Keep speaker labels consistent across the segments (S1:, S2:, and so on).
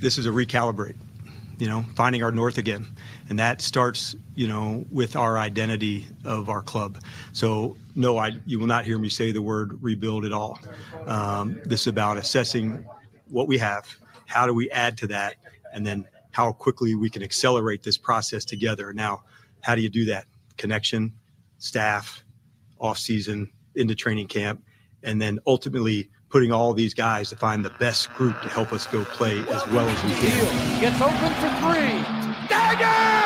S1: This is a recalibrate, you know, finding our north again. And that starts, you know, with our identity of our club. So, no, I, you will not hear me say the word rebuild at all. Um, this is about assessing what we have, how do we add to that, and then how quickly we can accelerate this process together. Now, how do you do that? Connection, staff, off season, into training camp, and then ultimately putting all these guys to find the best group to help us go play as well as we can.
S2: Gets open for three. Dagger!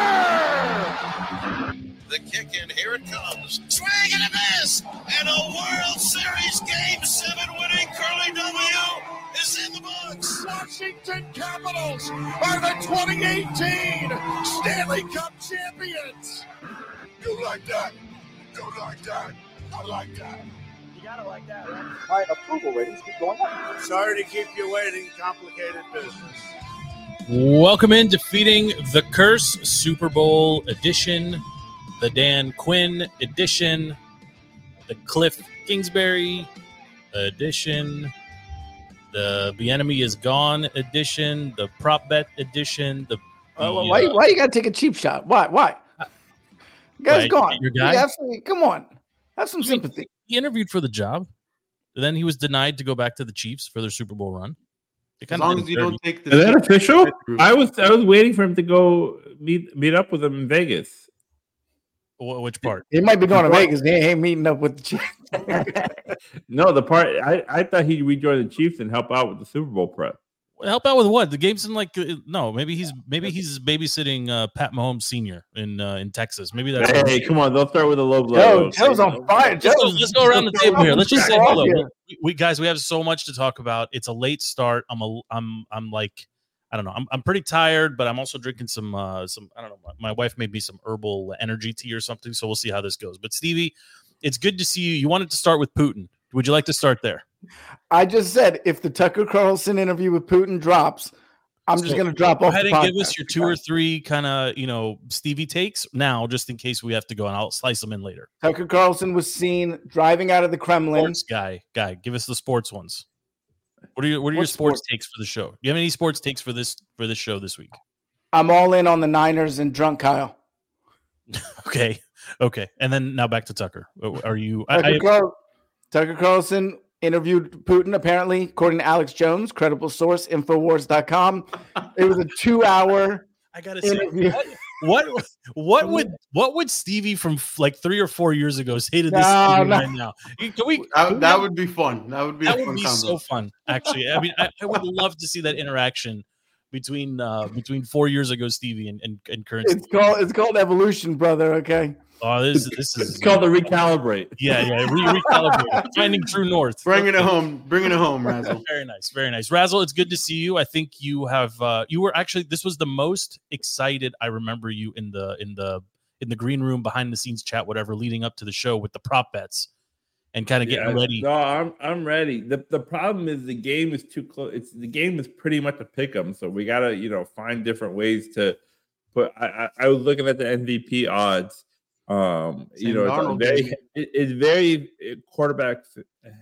S3: The kick in, here it comes. Swing and a miss! And a World Series Game 7 winning Curly W is in the books.
S4: Washington Capitals are the 2018 Stanley Cup champions. You like that? You like that? I like that.
S5: My approval ratings keep going up.
S4: Sorry to keep you waiting. Complicated business.
S6: Welcome in Defeating the Curse Super Bowl edition, the Dan Quinn edition, the Cliff Kingsbury edition, the The Enemy is Gone edition, the Prop Bet edition, the
S7: Why,
S6: the,
S7: why,
S6: uh,
S7: why you gotta take a cheap shot? Why? Why? You guys
S6: Why,
S7: gone.
S6: your
S7: You
S6: guy?
S7: absolutely- come on. Have some sympathy.
S6: he interviewed for the job. Then he was denied to go back to the Chiefs for their Super Bowl run. They
S8: As
S6: kinda
S8: long as you
S6: deserve
S8: don't
S6: it.
S8: take the
S9: Is that
S8: shit
S9: official?
S8: group.
S9: I was I was waiting for him to go meet meet up with him in Vegas.
S6: Wh- which part?
S7: He might be going to Vegas. He ain't meeting up with the Chiefs.
S9: No, the part I, I thought he'd rejoin the Chiefs and help out with the Super Bowl prep.
S6: Help out with what? The game's in like uh, no, maybe he's maybe he's babysitting uh, Pat Mahomes senior in uh, in Texas. Maybe that's
S9: Hey, come on, they'll start with a low
S7: Joe,
S9: blow.
S7: Joe's on fire.
S6: Let's go,
S7: Joe's-
S6: let's go around the table here. Let's just say
S7: Joe's
S6: hello.
S7: here.
S6: We, we- guys, we have so much to talk about. It's a late start. I'm a I'm I'm like I don't know. I'm, I'm pretty tired, but I'm also drinking some uh some I don't know. My, my wife made me some herbal energy tea or something, so we'll see how this goes. But Stevie, it's good to see you. You wanted to start with Putin. Would you like to start there?
S7: I just said if the Tucker Carlson interview with Putin drops, I'm just
S6: So,
S7: going to drop
S6: Go
S7: off.
S6: ahead
S7: the
S6: and give us
S7: podcast.
S6: your two or three kind of you know Stevie takes now, just in case we have to go, and I'll slice them in later.
S7: Tucker Carlson was seen driving out of the Kremlin.
S6: Sports guy, guy, give us the sports ones. What are your What are your
S7: What
S6: sports
S7: sport?
S6: takes for the show? Do you have any sports takes for this for this show this week?
S7: I'm all in on the Niners and drunk Kyle.
S6: Okay, okay, and then now back to Tucker. Oh, Are you? I,
S7: Tucker,
S6: I,
S7: Carl- Tucker Carlson interviewed Putin, apparently, according to Alex Jones, credible source, Infowars.com. It was a two hour
S6: I gotta say,
S7: interview.
S6: what what would what would Stevie from f- like three or four years ago say to this
S7: No,
S6: Stevie
S7: no.
S6: right now? Can we?
S8: That, that would be fun. That would be
S6: That
S8: a
S6: would
S8: fun
S6: be
S8: combo.
S6: so fun. Actually, I mean, I, I would love to see that interaction between uh between four years ago Stevie and and, and current.
S7: It's called it's called evolution, brother. Okay.
S6: Oh, this this is
S9: It's called the recalibrate.
S6: Yeah, yeah. Re- recalibrate. Finding true north.
S8: Bringing it
S6: Okay.
S8: home. Bringing it home, Razzle.
S6: Very nice, very nice. Razzle, it's good to see you. I think you have uh you were actually this was the most excited I remember you in the in the in the green room behind the scenes chat, whatever, leading up to the show with the prop bets and kind of getting
S9: Yeah,
S6: ready.
S9: No, I'm I'm ready. The the problem is the game is too close. It's the game is pretty much a pick 'em, so we gotta you know find different ways to put. I I, I was looking at the MVP odds. Um, you
S8: Sam
S9: know, it's a
S8: Darnold,
S9: very
S8: baby.
S9: it, it's very uh, quarterback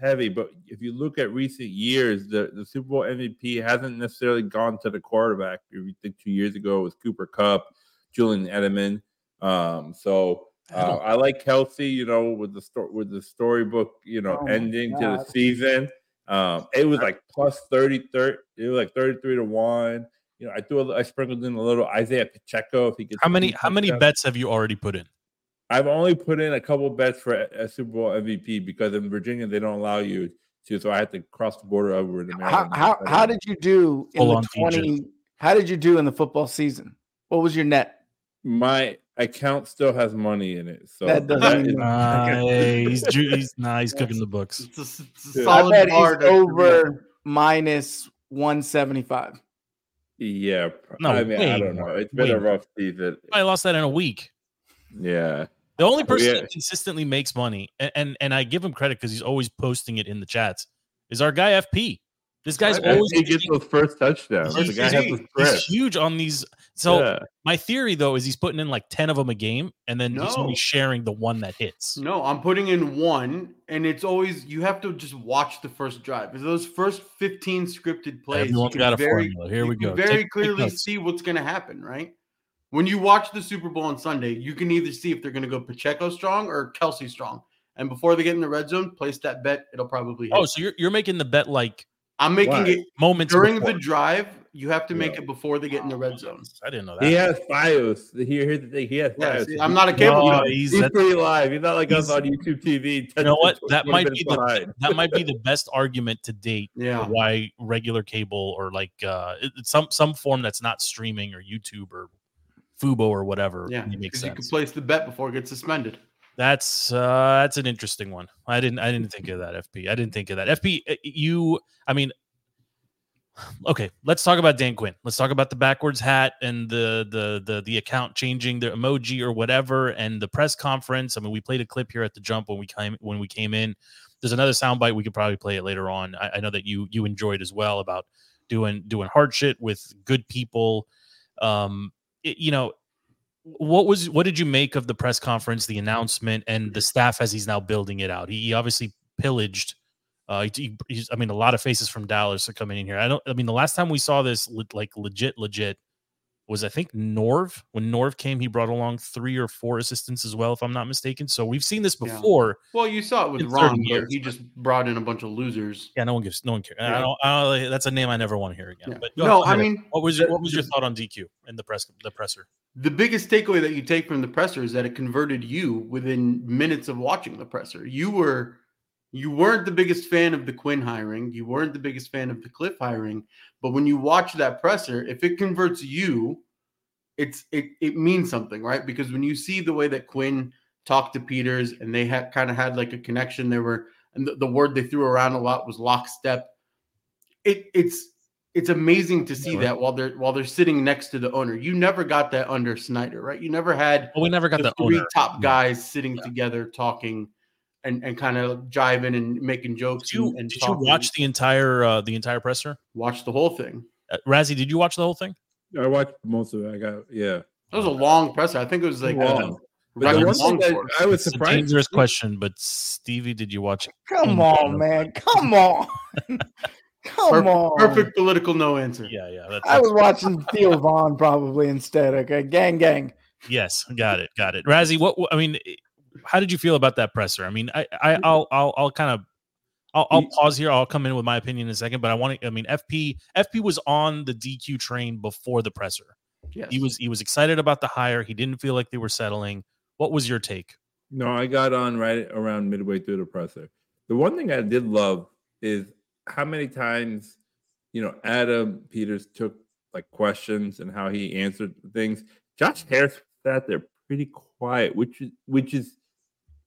S9: heavy, but if you look at recent years, the the Super Bowl MVP hasn't necessarily gone to the quarterback. If you think two years ago it was Cooper Cup, Julian Edelman. Um, so. Uh, I like Kelsey, you know, with the sto- with the storybook, you know,
S7: Oh my
S9: ending to the
S7: God.
S9: season. Um, it was like plus 30, 30 it was like 33 to 1. You know, I threw a, li- I sprinkled in a little Isaiah Pacheco if he gets
S6: how many
S9: two
S6: how many
S9: touchdowns.
S6: bets have you already put in?
S9: I've only put in a couple bets for a, a Super Bowl MVP because in Virginia they don't allow you to, so I had to cross the border over to
S7: How
S9: Maryland.
S7: how, how did you do in
S6: Full
S7: the
S6: on features.
S7: twenty? How did you do in the football season? What was your net?
S9: my account still has money in it? So
S7: That doesn't mean
S9: is-
S6: Nice. Ju- he's nice cooking the books.
S8: It's a, s- it's a
S9: Yeah.
S7: I
S8: solid
S7: bet
S8: bar
S7: he's
S8: to-
S7: over minus one seventy five.
S9: yeah, pr-
S6: No,
S9: I mean I
S6: way
S9: don't know.
S6: more,
S9: It's been a
S6: way more.
S9: rough season.
S6: I lost that in a week.
S9: Yeah.
S6: The
S8: Oh,
S6: only person
S9: yeah.
S6: that consistently makes money, a- and and I give him credit because he's always posting it in the chats, is our guy FP. This guy's
S9: Right?
S6: always
S9: he gets
S6: making-
S9: those first touchdowns.
S6: he's,
S9: The guy has the
S6: he's
S9: threat.
S6: huge on these. So
S9: yeah.
S6: my theory though is he's putting in like ten of them a game, and then he's
S8: No.
S6: only sharing the one that hits.
S8: No, I'm putting in one, and it's always you have to just watch the first drive. Because those first 15 scripted plays, you
S6: Everyone's
S8: can
S6: got a
S8: very,
S6: formula. Here
S8: you
S6: we
S8: can
S6: go.
S8: very
S6: Take- take
S8: clearly
S6: notes.
S8: see what's going to happen, right? When you watch the Super Bowl on Sunday, you can either see if they're going to go Pacheco strong or Kelsey strong. And before they get in the red zone, place that bet. It'll probably hit.
S6: Oh, so you're you're making the bet like
S8: I'm making
S9: Why?
S8: it
S6: moments
S8: during
S6: before.
S8: the drive. You have to make
S9: Yeah.
S8: it before they get in the red zone.
S6: I didn't know that.
S9: He has bios. He, here's the thing. He has
S8: Yeah,
S9: bios.
S8: see, I'm not a cable.
S6: No,
S8: guy.
S6: he's-
S9: he's,
S6: that's-
S9: pretty live. He's not like us
S6: he's-
S9: on YouTube TV.
S6: you know what?
S9: 10,
S6: That
S9: 20
S6: might
S9: minutes
S6: be the
S9: behind.
S6: that might be the best argument to date for
S8: yeah.
S6: why regular cable or like uh it- it's some some form that's not streaming or YouTube or Fubo or whatever
S8: Yeah,
S6: makes
S8: because you can
S6: sense.
S8: place the bet before it gets suspended.
S6: That's uh that's an interesting one. I didn't I didn't think of that FP. I didn't think of that. FP uh, you I mean okay, let's talk about Dan Quinn. Let's talk about the backwards hat and the the the the account changing the emoji or whatever and the press conference. I mean, we played a clip here at the jump when we came when we came in. There's another soundbite we could probably play it later on. I, I know that you you enjoyed as well about doing doing hard shit with good people. Um it- you know, what was what did you make of the press conference, the announcement, and the staff as he's now building it out? He, he obviously pillaged. Uh, he- he- he's, I mean, a lot of faces from Dallas are coming in here. I don't. I mean, the last time we saw this, le- like legit, legit, was I think Norv. When Norv came, he brought along three or four assistants as well, if I'm not mistaken. So we've seen this
S8: Yeah.
S6: before.
S8: Well, you saw it with
S6: In 30
S8: Ron.
S6: years,
S8: Where he just brought in a bunch of losers.
S6: Yeah, no one gives, no one cares. I
S8: Yeah.
S6: don't, I don't, that's a name I never want to hear again.
S8: Yeah.
S6: But go
S8: No,
S6: ahead.
S8: I mean
S6: what was your, what was your thought on DQ and the press the presser?
S8: the biggest takeaway that you take from the presser is that it converted you within minutes of watching the presser. You were you weren't the biggest fan of the Quinn hiring. You weren't the biggest fan of the Cliff hiring. But when you watch that presser, if it converts you, it's it it means something, right? Because when you see the way that Quinn talked to Peters and they had kind of had like a connection, there were and the, the word they threw around a lot was lockstep. It it's it's amazing to see
S6: Yeah, right.
S8: that while they're while they're sitting next to the owner. You never got that under Snyder, right? You never had
S6: Well, we never got
S8: the
S6: the,
S8: three
S6: owner.
S8: top guys sitting
S6: Yeah.
S8: together talking and, and kind of jiving and making jokes.
S6: Did you,
S8: and, and
S6: did you
S8: talking.
S6: watch the entire uh, the entire presser?
S8: watch the whole thing?
S6: Uh, Razzie, did you watch the whole thing?
S9: I watched most of it. I got yeah.
S8: That was a long presser. I think it was like um,
S9: Long.
S8: a
S9: But the
S8: record
S9: one thing
S8: long
S9: that
S8: for it.
S9: I was
S6: It's a
S9: surprised.
S6: dangerous question, but Stevie, did you watch? it?
S7: Come
S6: Mm.
S7: on, man. Come on. Come
S8: Perfect-
S7: on.
S8: Perfect political no answer.
S6: Yeah, yeah. That,
S7: I
S6: that's,
S7: was watching Theo Vaughn probably instead. Okay, gang, gang.
S6: yes, got it, got it. Razzie, what? I mean, eh, how did you feel about that presser? I mean, I, I I'll, I'll, I'll kind of. I'll, I'll pause here. I'll come in with my opinion in a second, but I want to. I mean, FP FP was on the DQ train before the presser.
S8: Yes.
S6: He was he was excited about the hire. He didn't feel like they were settling. What was your take?
S9: No, I got on right around midway through the presser. The one thing I did love is how many times, you know, Adam Peters took like questions and how he answered things. Josh Harris sat there pretty quiet, which is which is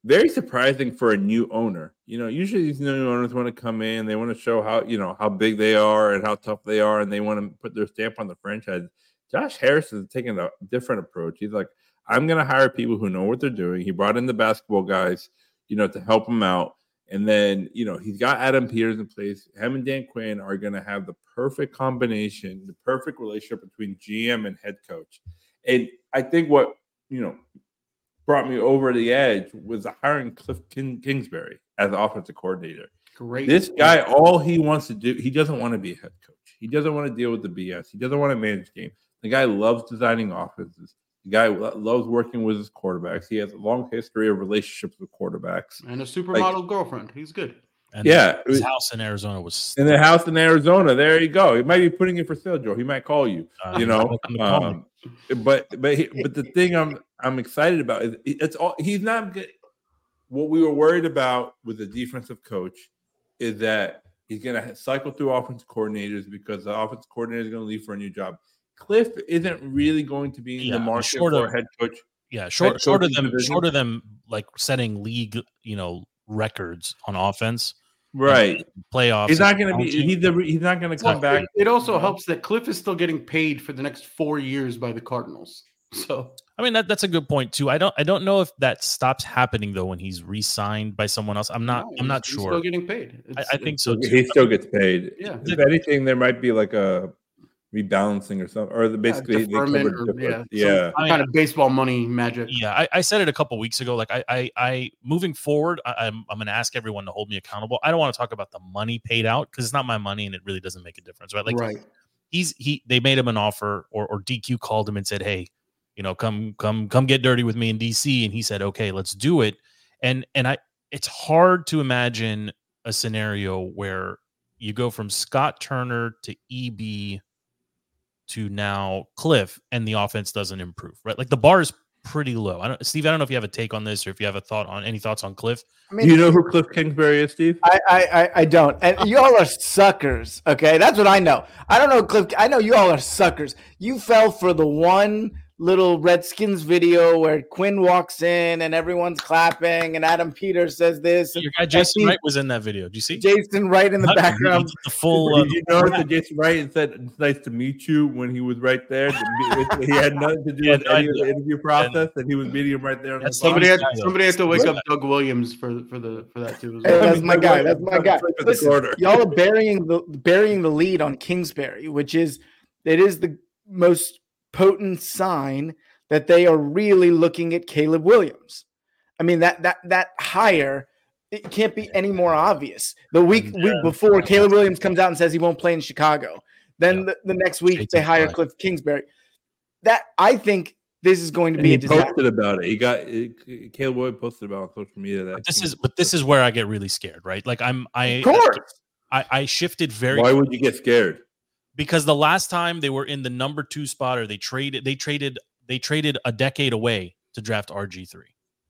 S9: very surprising for a new owner. You know, usually these new owners want to come in, they want to show how you know how big they are and how tough they are, and they want to put their stamp on the franchise. Josh Harris is taking a different approach. He's like, I'm going to hire people who know what they're doing. He brought in the basketball guys, you know, to help him out. And then, you know, he's got Adam Peters in place. Him and Dan Quinn are going to have the perfect combination, the perfect relationship between GM and head coach. And I think what, you know, brought me over the edge was hiring Cliff King- Kingsbury as offensive coordinator.
S8: great.
S9: This guy, all he wants to do, he doesn't want to be a head coach. He doesn't want to deal with the BS. He doesn't want to manage game. The guy loves designing offenses. The guy lo- loves working with his quarterbacks. He has a long history of relationships with quarterbacks.
S8: and a supermodel girlfriend. He's good.
S6: And
S9: Yeah.
S6: his house in Arizona was.
S9: In the house in Arizona, there you go. He might be putting it for sale, Joe. He might call you.
S6: uh,
S9: you know,
S6: welcome to Palmer.
S9: um, but but he, but the thing I'm I'm excited about is it's all he's not good. What we were worried about with the defensive coach is that he's going to cycle through offense coordinators because the offense coordinator is going to leave for a new job. Cliff isn't really going to be in
S6: Yeah,
S9: the market
S6: short
S9: for
S6: of-
S9: a head coach.
S6: Yeah, short,
S9: coach
S6: short of
S9: in
S6: them,
S9: division.
S6: short of them, like setting league, you know, records on offense,
S9: Right.
S6: playoffs.
S9: He's
S6: and
S9: not going to be
S6: counting.
S9: he's, the, he's not going to
S8: Well,
S9: come back.
S8: It, it also helps that Cliff is still getting paid for the next four years by the Cardinals. So
S6: I mean that that's a good point too. I don't I don't know if that stops happening though when he's re-signed by someone else. I'm not
S8: No,
S6: I'm not
S8: he's- He's still
S6: sure.
S8: getting paid.
S6: I,
S8: It's-
S6: I think
S8: it's-
S6: so too.
S9: He still gets paid.
S8: Yeah.
S9: If anything, there might be like a rebalancing or something, or the basically they
S8: deferment
S9: covered
S8: or-
S9: different-
S8: yeah,
S9: yeah.
S6: I mean,
S8: kind of baseball money magic.
S6: Yeah, I, I said it a couple weeks ago. Like I, I, I moving forward, I, I'm, I'm going to ask everyone to hold me accountable. I don't want to talk about the money paid out because it's not my money and it really doesn't make a difference, right? Like
S8: right.
S6: he's he, they made him an offer, or or DQ called him and said, hey, you know, come, come, come get dirty with me in DC, and he said, okay, let's do it. And and I, it's hard to imagine a scenario where you go from Scott Turner to EB to now Cliff and the offense doesn't improve, right? Like the bar is pretty low. I don't Steve, I don't know if you have a take on this or if you have a thought on any thoughts on Cliff.
S7: I
S9: Do you know who Cliff Kingsbury is, Steve?
S7: I, I, I- I don't. And you all are suckers. Okay. That's what I know. I don't know, Cliff. I know you all are suckers. You fell for the one little Redskins video where Quinn walks in and everyone's clapping and Adam Peters says this. And
S6: Your guy Jason
S7: think-
S6: Wright was in that video. Do you see?
S7: Jason right in the
S6: Not-
S7: background.
S6: the full uh,
S9: Did you notice that Jason Wright said it's nice to meet you when he was right there? The- he had nothing to do
S6: Yeah,
S9: with
S6: I-
S9: any of the interview process, and he was meeting him right there. on the
S6: That's
S9: phone.
S8: Somebody had,
S6: Style.
S8: somebody had to wake up Doug Williams for for the for that too. As
S7: Hey,
S8: well.
S7: that's my guy. That's my guy.
S9: Cliff at the
S7: Listen,
S9: corner.
S7: y'all are burying the burying the lead on Kingsbury, which is it is the most potent sign that they are really looking at Caleb Williams. I mean that that that hire it can't be any more obvious. The week
S9: Mm,
S7: week before Caleb Williams comes out and says he won't play in Chicago. Then
S6: Yeah.
S7: the, the next week
S6: Jason
S7: they hire
S6: Fry.
S7: Cliff Kingsbury. That I think this is going to
S9: And
S7: be
S9: he
S7: a disaster.
S9: posted about it. He got it, Caleb Williams posted about it on social media. That
S6: this is but this is where I get really scared, right? Like I'm I
S7: Of course.
S6: I, I shifted very
S9: why would you get scared?
S6: because the last time they were in the number two spot or they traded they traded they traded a decade away to draft RG3.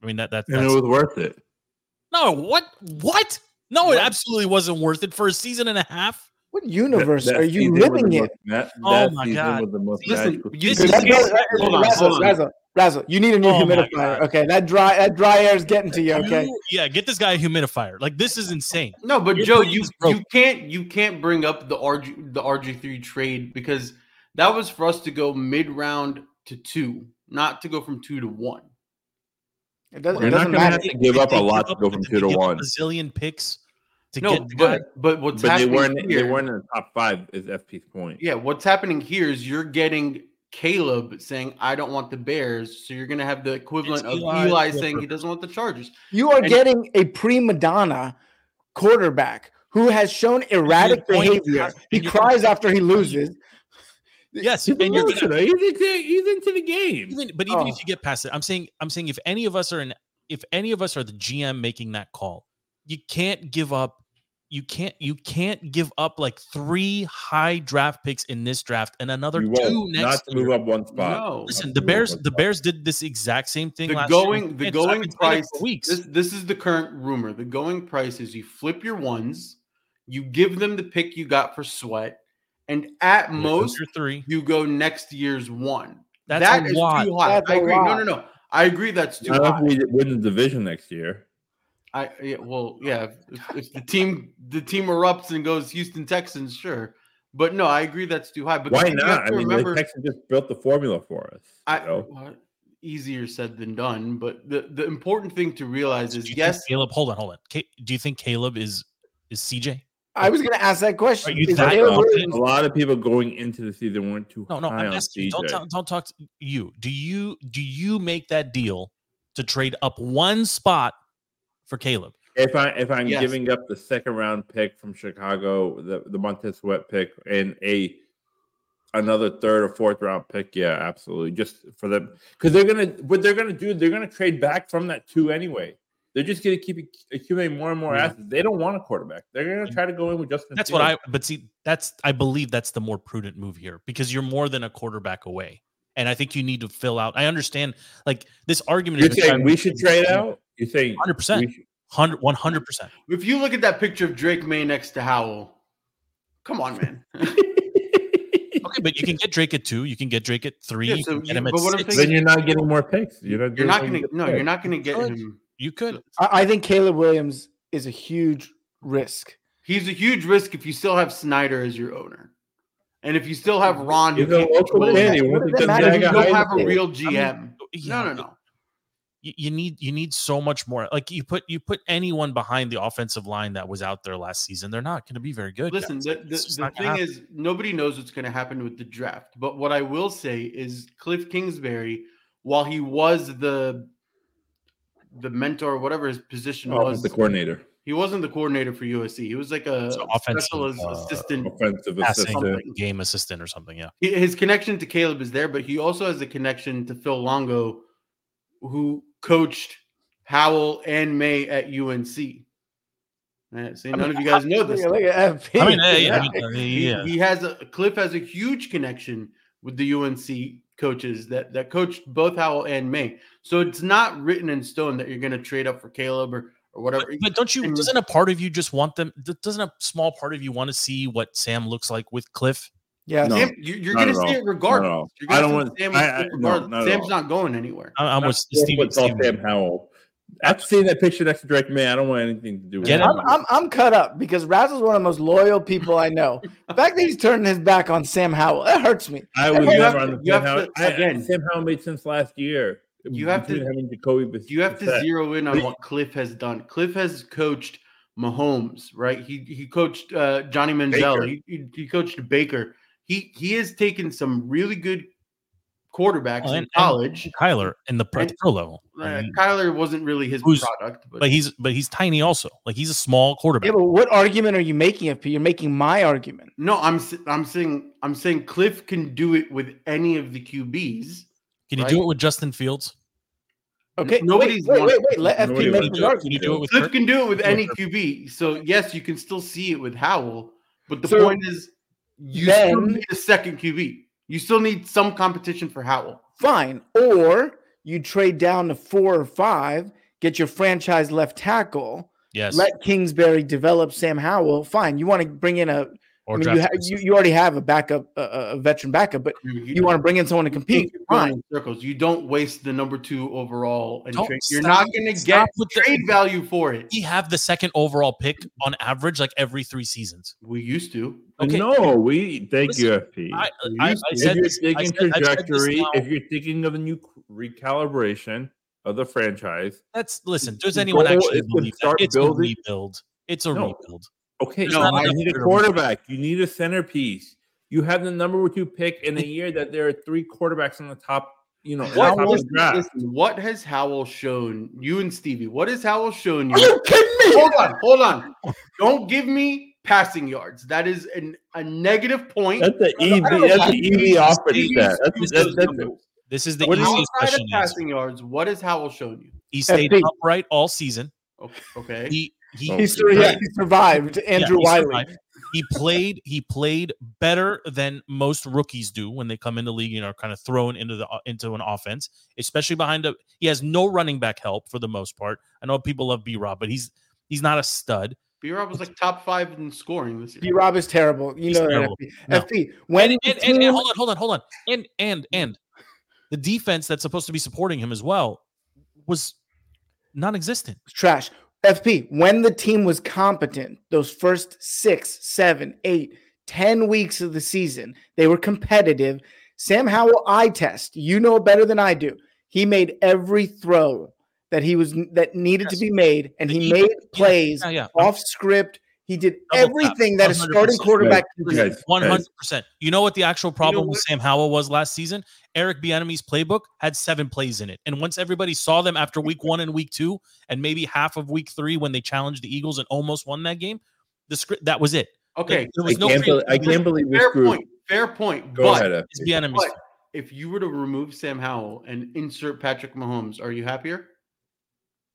S6: I mean that that
S9: And it
S6: that's,
S9: was worth it.
S6: no what what no it absolutely wasn't worth it for a season and a half.
S7: What universe
S9: That- that
S7: are you
S9: season was the
S7: living in?
S9: most ma-
S6: Oh
S9: that
S6: my
S9: season
S6: God.
S9: was the most
S8: Listen,
S9: magical
S8: you
S9: season.
S7: That's
S8: just- Yes.
S7: all-
S8: Hold on,
S7: Razzle,
S8: hold on.
S7: Razzle, Razzle, you need a new
S6: Oh my
S7: humidifier.
S6: God.
S7: Okay, that dry that dry air's getting to you. Okay,
S6: You- yeah, get this guy a humidifier. Like this is insane.
S8: No, but
S6: Your
S8: Joe,
S6: brain
S8: you
S6: is broken.
S8: you can't you can't bring up the RG the RG three trade because that was for us to go mid round to two, not to go from two to one.
S7: it doesn't,
S9: You're
S7: it
S9: not
S7: doesn't
S9: going to have
S7: matter.
S9: to give
S6: Did
S9: up
S6: they
S9: a
S6: give
S9: lot to
S6: up-
S9: go from
S6: did
S9: two to
S6: they give up
S9: one.
S6: A zillion picks to
S8: No,
S6: get the guy.
S8: but but what's
S9: But they
S8: happening
S9: weren't
S8: here,
S9: they weren't in the top five is FP's point.
S8: Yeah, what's happening here is you're getting Caleb saying I don't want the Bears, so you're going to have the equivalent
S6: It's
S8: of
S6: Eli
S8: Eli, saying he doesn't want the Chargers.
S7: You are
S8: And-
S7: getting a prima donna quarterback who has shown erratic
S6: going to
S7: behavior.
S6: have-
S7: He
S6: and you're gonna-
S7: cries after he loses.
S6: Yes,
S9: He's
S6: and you're gonna-
S9: emotional. He's into, he's into the game.
S6: even but even
S7: Oh.
S6: if you get past it, I'm saying I'm saying if any of us are in if any of us are the GM making that call, you can't give up you can't you can't give up like three high draft picks in this draft and another
S9: You
S6: two
S9: won't not
S6: next
S9: to
S6: year.
S9: move up one spot.
S8: No.
S6: Listen,
S9: Not
S6: the
S9: to move
S6: Bears
S9: up one
S6: the
S9: spot.
S6: Bears did this exact same thing
S8: The
S6: last year.
S8: going the
S6: It's- I've been
S8: going
S6: saying that
S8: price
S6: for weeks.
S8: This this is the current rumor. The going price is you flip your ones, you give them the pick you got for Sweat, and at
S6: Here comes
S8: most
S6: your three.
S8: you go next year's one.
S6: That's
S8: That
S6: a
S8: is
S6: lot.
S8: too high.
S7: That's
S8: I
S7: a
S8: agree.
S7: lot.
S8: No, no, no. I agree. That's too
S9: Not if
S8: high.
S9: we win the division next year.
S8: I yeah, well, yeah. If, if the team the team erupts and goes Houston Texans, sure. But no, I agree. That's too high. But
S9: Why
S8: you have
S9: not? I
S8: to
S9: mean,
S8: remember-
S9: the Texans just built the formula for us.
S8: I,
S9: you know?
S8: well, easier said than done. But the, the important thing to realize
S6: Do
S8: is
S6: you think
S8: yes,
S6: Caleb, hold on, hold on. Ca- do you think Caleb is is CJ?
S7: I was going to ask that question.
S6: Are you
S7: Is
S6: that
S7: Caleb
S6: confident?
S7: Williams-
S9: Um, a lot of people going into the season weren't too
S6: No, no,
S9: high
S6: I'm
S9: on
S6: asking you.
S9: CJ.
S6: Don't talk, don't talk to you. Do you do you make that deal to trade up one spot for Caleb?
S9: If I if I'm
S8: Yes.
S9: giving up the second round pick from Chicago, the the Montez Sweat pick, and a another third or fourth round pick, yeah, absolutely, just for them because they're gonna what they're gonna do, they're gonna trade back from that two anyway. They're just gonna keep acc- accumulating more and more
S6: Yeah.
S9: assets. They don't want a quarterback. They're gonna try to go in with Justin.
S6: That's what I
S9: Fields.
S6: but see, that's I believe that's the more prudent move here because you're more than a quarterback away. And I think you need to fill out. I understand like this argument
S9: You're
S6: is
S9: saying we should trade out. You're saying
S6: 100%.
S9: we should-
S6: 100 100%.
S8: if you look at that picture of Drake May next to Howell, come on, man.
S6: Okay, but you can get Drake at 2, you can get Drake at 3,
S8: Yeah,
S6: you
S8: so
S6: can get
S8: you-
S6: him at
S8: but what I'm
S6: 6.
S8: thinking-
S9: Then you're not getting more picks. You're not.
S8: You're not
S9: doing
S8: gonna
S9: anything
S8: no,
S9: to
S8: you're
S9: pick.
S8: not gonna get
S6: Good.
S8: him.
S6: you could.
S7: I I think Caleb Williams is a huge risk.
S8: He's a huge risk if you still have Snyder as your owner. And if you still have Ron, who
S9: He's a
S8: can't
S9: local
S8: control
S9: man.
S8: him,
S9: He
S7: What
S9: wants
S7: does
S9: to
S7: that
S9: come
S7: matter?
S9: back
S8: you
S7: He's
S9: and
S7: no
S8: don't
S9: hire
S8: have a
S9: him.
S8: real GM. No, no, no.
S6: you, you need you need so much more. Like you put you put anyone behind the offensive line that was out there last season, they're not going to be very good.
S8: Listen,
S6: guys.
S8: the,
S6: It's
S8: the,
S6: just
S8: the
S6: not
S8: thing
S6: gonna happen.
S8: is, nobody knows what's going to happen with the draft. But what I will say is, Cliff Kingsbury, while he was the the mentor, whatever his position was,
S9: Offensive Oh, coordinator,
S8: he wasn't the coordinator for USC. He was like a
S6: So
S8: special
S6: offensive,
S8: as-
S6: uh,
S8: assistant.
S9: offensive
S6: passing
S9: assistant.
S6: game assistant or something. Yeah,
S8: He- His connection to Caleb is there, but he also has a connection to Phil Longo, who coached Howell and May at UNC. Right, so Uh, none of you guys know this.
S7: Look at FP.
S6: I mean, yeah, yeah, I mean, uh,
S8: He,
S6: yeah.
S8: he has a Cliff has a huge connection with the UNC coaches that that coached both Howell and May. So it's not written in stone that you're going to trade up for Caleb or or whatever.
S6: But, but don't you?
S8: And-
S6: Doesn't a part of you just want them? d- Doesn't a small part of you want to see what Sam looks like with Cliff?
S7: yeah.
S9: No.
S8: Sam, you, you're
S9: not
S8: going to
S9: at all.
S8: see it regardless.
S9: all.
S8: You're gonna
S9: I don't
S8: see
S9: want-
S8: Sam
S9: I-
S8: with
S9: I-
S8: Cliff
S9: no,
S8: regardless.
S9: not at
S8: Sam's
S9: all.
S8: not going anywhere.
S6: I, am with Steven.
S9: What's all
S6: Steven.
S9: Sam Howell? After seeing that picture next to Drake May, I don't want anything to do with
S6: Get
S9: him.
S7: I'm, I'm, I'm cut up because Razzle's one of the most loyal people I know. The fact that he's turning his back on Sam Howell, that hurts me.
S9: I was
S8: You have
S9: never
S8: to-
S9: on the
S8: you
S9: Sam
S8: have
S9: Howell.
S8: to-
S9: I-
S8: again.
S9: Sam Howell made sense last year.
S8: You have to-
S9: Between having Jacoby.
S8: You have to
S9: Brissett.
S8: zero in on
S9: But-
S8: what Cliff has done. Cliff has coached Mahomes, right? He he coached uh, Johnny Manziel.
S9: Baker.
S8: He, he he coached Baker. He he has taken some really good quarterbacks
S6: Well,
S8: in
S6: and-
S8: college.
S6: Kyler in the pro,
S8: And-
S6: pro level, I
S8: Uh,
S6: mean,
S8: Kyler wasn't really his
S6: Who's-
S8: product, but,
S6: but he's but he's tiny also. Like he's a small quarterback.
S7: Yeah, but what argument are you making, FP? You're making my argument.
S8: no, I'm s- I'm saying I'm saying Cliff can do it with any of the QBs.
S6: Can you
S8: right?
S6: do it with Justin Fields?
S7: Okay, wait,
S8: Nobody's
S7: wait,
S8: won.
S7: wait, wait. Let
S9: Nobody
S7: FP
S9: wants
S7: make his
S9: to-
S6: Can
S7: argument.
S6: you do it with
S8: Cliff
S6: Kirk?
S8: can do it with
S9: Yeah.
S8: any QB. So yes, you can still see it with Howell, but the
S7: So
S8: point is you still
S7: then-
S8: need a second QB. You still need some competition for Howell.
S7: Fine, or you trade down to four or five, get your franchise left tackle,
S6: Yes,
S7: let Kingsbury develop Sam Howell. Fine, you want to bring in a. I
S6: or
S7: mean, you, ha-
S6: draft
S7: you you already have a backup, a, a a veteran backup, but you want to bring in someone to compete.
S8: keep going
S7: Fine,
S8: in circles. You don't waste the number two overall and
S6: Don't
S8: trade. You're
S6: stop-
S8: not going to
S6: stop
S8: get
S6: with the-
S8: trade value for it.
S6: we have the second overall pick on average, like every three seasons.
S8: We used to.
S6: Okay.
S9: No, we thank
S6: Listen,
S9: you, FP.
S6: I,
S8: We
S6: I, I
S8: used to.
S9: if
S6: said
S9: you're
S6: this, I
S9: thinking
S6: said, I've said this
S9: trajectory,
S6: now.
S9: if you're thinking of a new recalibration of the franchise,
S6: that's listen.
S9: the
S6: Does anyone
S9: goal
S6: actually
S9: is to
S6: believe that?
S9: start
S6: It's a
S9: building-
S6: rebuild. It's a
S9: No.
S6: rebuild.
S9: okay,
S6: There's
S9: no,
S6: not
S9: I
S6: enough
S9: need a
S6: room.
S9: quarterback. You need a centerpiece. You have the number two pick in a year that there are three quarterbacks on the top. You know, in the
S8: What,
S9: top of the
S8: listen,
S9: draft.
S8: listen, what has Howell shown you and Stevie? What has Howell shown
S7: are
S8: you?
S7: you kidding me?
S8: hold on, hold on. Don't give me passing yards. That is an, a negative point.
S9: That's the
S8: I don't know
S9: EV. That's
S8: why
S9: the E
S8: you
S9: EV offense.
S8: use
S9: That. That's,
S8: those
S9: that's, that's,
S8: numbers.
S6: This is the
S9: What is-
S6: easiest
S8: Outside of
S6: question. to answer.
S8: passing yards, what has Howell shown you?
S6: He stayed
S7: FP.
S6: upright all season.
S8: Okay. okay.
S6: He he
S9: Oh,
S7: He, sur-
S6: played-
S7: yeah, he survived
S6: yeah,
S7: Andrew
S6: he
S7: Wiley.
S6: survived. He played he played better than most rookies do when they come into league and are kind of thrown into the into an offense, especially behind a he has no running back help for the most part. I know people love B Rob, but he's he's not a stud.
S8: B Rob was like top five in scoring this
S7: B
S8: year.
S7: Rob is terrible. You
S6: He's
S7: know
S6: terrible. No.
S7: that FP. FP. When
S6: and,
S7: the
S6: and, and- and
S7: team-
S6: hold on, hold on, hold on. And and and the defense that's supposed to be supporting him as well was non-existent.
S7: It's trash. FP, when the team was competent, those first six, seven, eight, ten weeks of the season, they were competitive. Sam Howell eye test. You know it better than I do. He made every throw that he was that needed to
S6: Yes.
S7: be made, and
S6: The
S7: he
S6: Eagles-
S7: made plays
S6: Yeah, yeah.
S7: off script. He did
S6: Double tap,
S7: everything that a starting
S6: 100%.
S7: quarterback can do.
S9: Guys,
S6: One
S9: guys,
S6: hundred percent. You know what the actual problem with Sam Howell was last season? Eric Bieniemy's playbook had seven plays in it, and once everybody saw them after Week One and Week Two, and maybe half of Week Three when they challenged the Eagles and almost won that game, the script that was it.
S8: Okay.
S6: there
S9: I
S6: was no
S9: can't, believe, I can't believe this
S8: Fair
S9: group.
S8: point. Fair point.
S9: Go
S8: but
S9: ahead. uh,
S6: It's Bieniemy's
S8: But- if you were to remove Sam Howell and insert Patrick Mahomes, are you happier?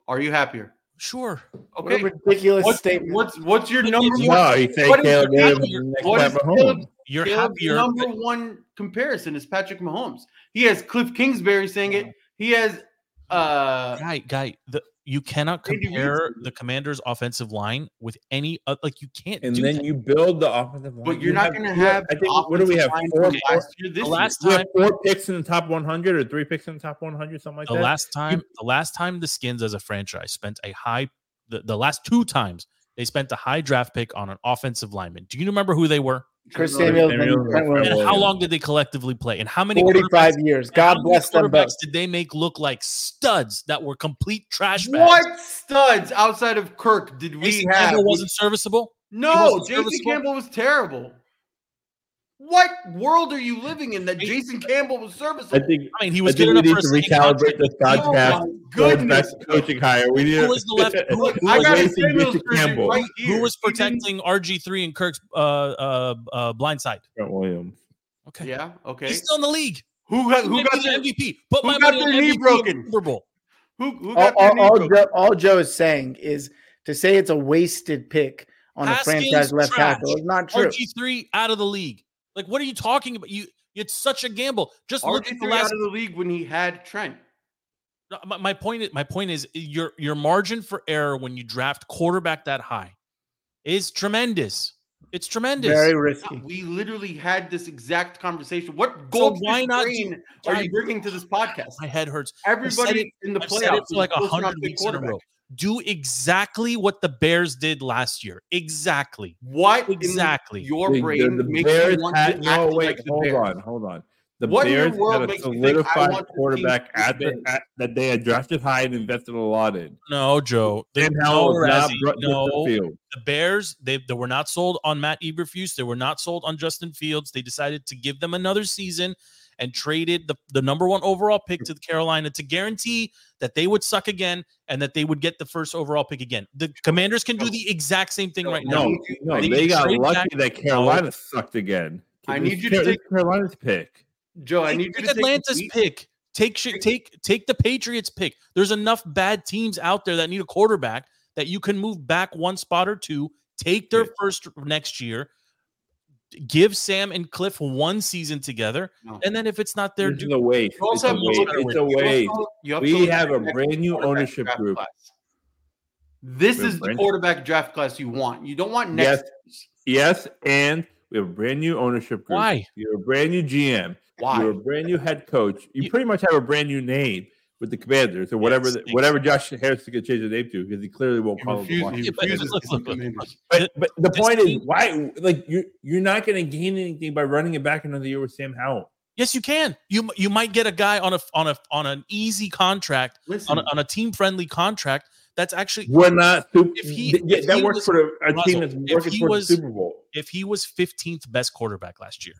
S8: Are you happier?
S6: sure.
S7: What a
S8: Okay.
S7: ridiculous
S8: What's,
S7: statement.
S8: what's what's your
S6: But
S8: number
S6: it's-
S8: one?
S9: No, he
S8: What
S9: said
S8: is-
S9: Caleb
S8: what
S9: Williams
S8: is-
S9: and next
S8: what is
S9: time at home.
S6: You're
S8: Caleb's
S6: happier.
S8: number one comparison is Patrick Mahomes. He has Cliff Kingsbury saying it. He has uh
S6: guy, guy, the, you cannot
S8: Andy Reid's
S6: compare
S8: good.
S6: the Commanders' offensive line with any oth- like you can't.
S9: And
S6: do
S9: then
S6: that.
S9: you build the offensive line.
S8: But
S9: You
S8: you're not going to have.
S9: I think what do we
S8: offensive
S9: have?
S8: line
S9: Four,
S8: from
S9: four,
S8: last year.
S6: the
S8: This year.
S6: last
S9: we
S6: time,
S9: have four picks in the top 100 or three picks in the top 100, something like
S6: the
S9: that.
S6: last time, the last time the Skins as a franchise spent a high, the, the last two times they spent a high draft pick on an offensive lineman. Do you remember who they were?
S7: Chris Samuel.
S9: Samuel
S7: and
S9: or
S7: Trent Williams.
S9: Trent
S6: And how
S9: Williams.
S6: long did they collectively play? And how many quarterbacks-
S7: 45 years.
S6: and how
S7: God
S6: many
S7: bless them both.
S6: quarterbacks Did they make look like studs that were complete trash bags?
S8: What studs outside of Kirk did we
S6: Jason
S8: have?
S6: Campbell wasn't serviceable. He
S8: no,
S6: wasn't
S8: Jason
S6: serviceable?
S8: Campbell was terrible. What world are you living in that Jason Campbell was serviceable?
S9: I think
S6: I mean, he
S9: I
S6: was good
S9: think we
S6: enough
S9: need
S6: for a
S9: to
S6: second contract.
S9: recalibrate this podcast. Go back
S8: Oh goodness.
S9: to coaching hire. We need
S6: Who was the left- who-
S8: Look,
S6: who
S8: I
S6: was
S8: got a
S9: wasting
S8: Samuels
S9: Jason
S8: jersey
S9: Campbell?
S8: right
S6: Who
S8: here.
S6: was
S8: He didn't-
S6: protecting RG three and Kirk's uh, uh, uh, blind side?
S9: Trent Williams.
S6: Okay.
S8: Yeah. Okay.
S6: he's still in the league.
S8: Who got
S6: Who
S8: who
S6: got
S8: got
S6: the
S8: their,
S6: MVP? Put
S8: who
S6: my
S8: got
S6: money on
S8: their knee
S6: MVP
S8: broken?
S6: Super Bowl.
S8: who, who
S7: all,
S8: got their
S7: all,
S8: knee
S7: all,
S8: broken?
S7: Joe, all Joe is saying is to say it's a wasted pick on
S6: Haskins,
S7: a franchise left
S6: trash.
S7: tackle is not true.
S6: RG three out of the league. Like, what are you talking about? You, it's such a gamble. Just look at the
S8: RG3
S6: last
S8: out of the league when he had Trent.
S6: No, my, my point is my point is your your margin for error when you draft quarterback that high is tremendous. It's tremendous.
S7: Very
S8: Yeah,
S7: risky.
S8: We literally had this exact conversation. What
S6: So
S8: gold
S6: why not
S8: brain
S6: do-
S8: are you bringing to this podcast?
S6: my head hurts.
S8: Everybody
S6: it-
S8: in the
S6: I've said
S8: playoffs
S6: it for like
S8: is
S6: a
S8: supposed to not
S6: hundred
S8: pick
S6: weeks in a
S8: quarterback.
S6: row. Do exactly what the Bears did last year. Exactly.
S8: What in
S6: Exactly.
S8: your
S9: The-
S8: brain
S9: the, the
S8: makes
S9: Bears
S8: you want
S9: had-
S8: to
S9: no,
S8: act
S9: wait,
S8: like the
S9: hold
S8: Bears?
S9: on, hold on. The
S8: What in your
S9: Bears
S8: world
S9: had a
S8: makes you think I want
S9: solidified
S8: the team
S9: quarterback
S8: to
S9: at
S8: be
S9: the,
S8: better?
S9: at, that they had drafted high and invested a lot in.
S6: No, Joe. They,
S9: Sam Howell
S6: no,
S9: was not
S6: Razzie,
S9: brought to
S6: no.
S9: the field.
S6: the Bears, they, they were not sold on Matt Eberflus. They were not sold on Justin Fields. They decided to give them another season and traded the, the number one overall pick to the Carolina to guarantee that they would suck again and that they would get the first overall pick again. The Commanders can do the exact same thing right now.
S9: No, no,
S6: I need
S9: they
S6: to
S9: got
S6: trade
S9: lucky
S6: back-
S9: that Carolina sucked again.
S8: I
S9: It
S8: need
S9: was
S8: you to
S9: Car-
S8: take-
S9: Carolina's pick.
S8: Joe, I
S6: Take-
S8: need you
S6: take
S8: to take
S6: Atlanta's
S8: Atlanta's
S6: pick. Take sh- take take the Patriots pick. There's enough bad teams out there that need a quarterback that you can move back one spot or two. Take their
S9: Yeah.
S6: first next year. Give Sam and Cliff one season together,
S8: No.
S6: and then if it's not
S9: They're
S6: there,
S9: this
S6: do
S9: is a waste.
S8: You
S9: It's
S8: also
S9: a
S8: have to
S9: waste.
S8: look at
S9: It's a
S8: You
S9: waste.
S8: also- you have to
S9: We
S8: look
S9: have
S8: at
S9: a
S8: the
S9: brand new
S8: quarterback
S9: ownership
S8: draft
S9: group.
S8: class. This
S9: We have
S8: is the
S9: brand-
S8: quarterback draft class you want. You don't want next.
S9: Yes. Yes, and we have a brand new ownership group.
S6: Why?
S9: You're a brand new GM.
S8: Why?
S9: You're a brand new head coach. You
S6: You-
S9: pretty much have a brand new name with the Commanders or whatever
S6: Yes,
S9: the, whatever Josh Harrison could change the name to because he clearly won't
S8: You
S9: call it the
S8: refuse- you
S9: Washington.
S6: but look,
S8: refuse to
S6: look,
S8: take
S6: look,
S8: Commanders.
S9: But but the
S6: This
S9: point is
S6: team-
S9: why like you're you're not going to gain anything by running it back another year with Sam Howell.
S6: yes, you can. You m- you might get a guy on a f- on a on an easy contract on
S8: Listen,
S6: a, on a team friendly contract. That's actually
S9: We're not. Super,
S6: If he-
S9: th- yeah,
S6: if
S9: that
S6: he
S9: works
S6: was-
S9: for the, a
S6: Russell,
S9: team that's
S6: if
S9: working
S6: he
S9: for
S6: was-
S9: the Super Bowl.
S6: if he was 15th best quarterback last year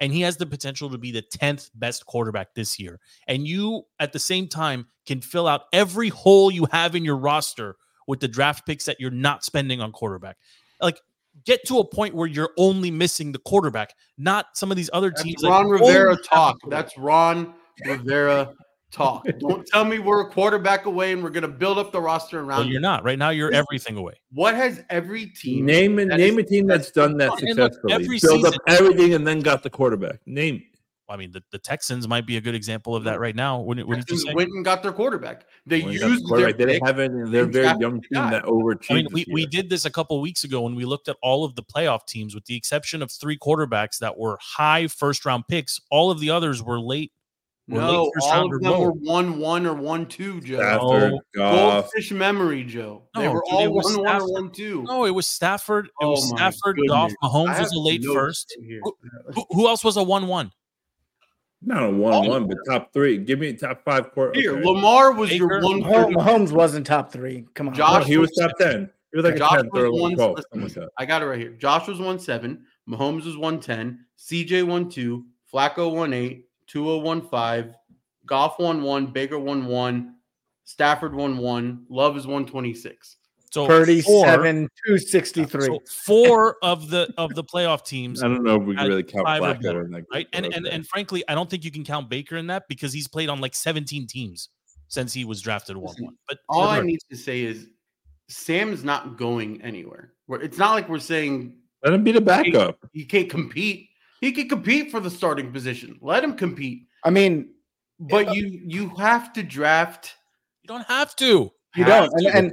S6: and he has the potential to be the 10th best quarterback this year and you at the same time can fill out every hole you have in your roster with the draft picks that you're not spending on quarterback like get to a point where you're only missing the quarterback not some of these other teams
S8: that's
S6: that
S8: Ron
S6: only
S8: Rivera
S6: have a
S8: talk.
S6: quarterback.
S8: That's Ron Rivera talk. Don't tell me we're a quarterback away and we're going to build up the roster
S6: well,
S8: around
S6: you're
S8: you.
S6: not right now you're everything away
S8: What has every team?
S9: Name and
S8: that
S9: name
S8: is-
S9: a team that's done that
S6: And look,
S9: successfully.
S6: every
S9: Build up
S6: season-
S9: everything and then got the quarterback. Name it.
S6: i mean the, the texans might be a good example of that right now wouldn't, wouldn't you
S8: Texans
S6: say
S8: went and got their quarterback. They
S9: Well, that's
S8: used
S9: quite
S8: their
S9: right. They
S8: pick.
S9: didn't have any. They're a
S8: and
S9: very
S8: drafted
S9: young
S8: the
S9: team
S8: guy.
S9: that overachieved.
S6: I mean,
S9: this
S6: we, we
S9: year.
S6: did this a couple weeks ago when we looked at all of the playoff teams, with the exception of three quarterbacks that were high first round picks. All of the others were late. were late
S8: No,
S6: first
S8: all
S6: round or
S8: of them
S6: lower.
S8: were one one or one two, Joe.
S9: Stafford, Goff,
S8: Goldfish memory, Joe. They
S6: No,
S8: were
S6: dude,
S8: all
S6: it was
S8: one one or
S6: Stafford.
S8: one two.
S6: No, it was Stafford. It was
S8: Oh my
S6: Stafford, Goff,
S8: goodness. I
S6: Mahomes
S8: have
S6: was a late
S8: notes
S6: first.
S8: in here.
S6: Who, who else was a one one?
S9: not a
S6: Oh.
S9: one-one, but top three. Give me top five quarter.
S8: Here,
S9: okay.
S8: Lamar was your
S6: Baker,
S8: one.
S7: Mahomes, Mahomes wasn't top three. Come on.
S9: Oh,
S8: Josh
S9: he was top ten. He was like
S8: Josh
S9: a tenth
S8: was
S9: or
S8: one-
S9: like twelve. something like that.
S8: I got it right here. Josh was one seven. Mahomes was one ten. CJ one two. Flacco one eight. Tua one five. Goff one one. Baker one one. Stafford one one. Love is one twenty six.
S6: So
S7: Purdy
S6: four-
S7: seven two sixty three.
S6: so four of the of the playoff teams,
S9: I don't know if we
S6: Had
S9: can really count
S6: five or
S9: Flacco
S6: better,
S9: in that. group,
S6: right? And
S9: but
S6: and
S9: okay.
S6: and frankly, I don't think you can count Baker in that because he's played on like 17 teams since he was drafted one
S8: Listen,
S6: one. But
S8: All I
S6: Sure.
S8: need to say is Sam's not going anywhere. We're- It's not like we're saying
S9: let him be the backup.
S8: he can't compete. He can compete for the starting position. Let him compete.
S7: I mean,
S8: But you you have to draft
S6: you don't have to.
S7: you
S8: Have
S7: don't. And, and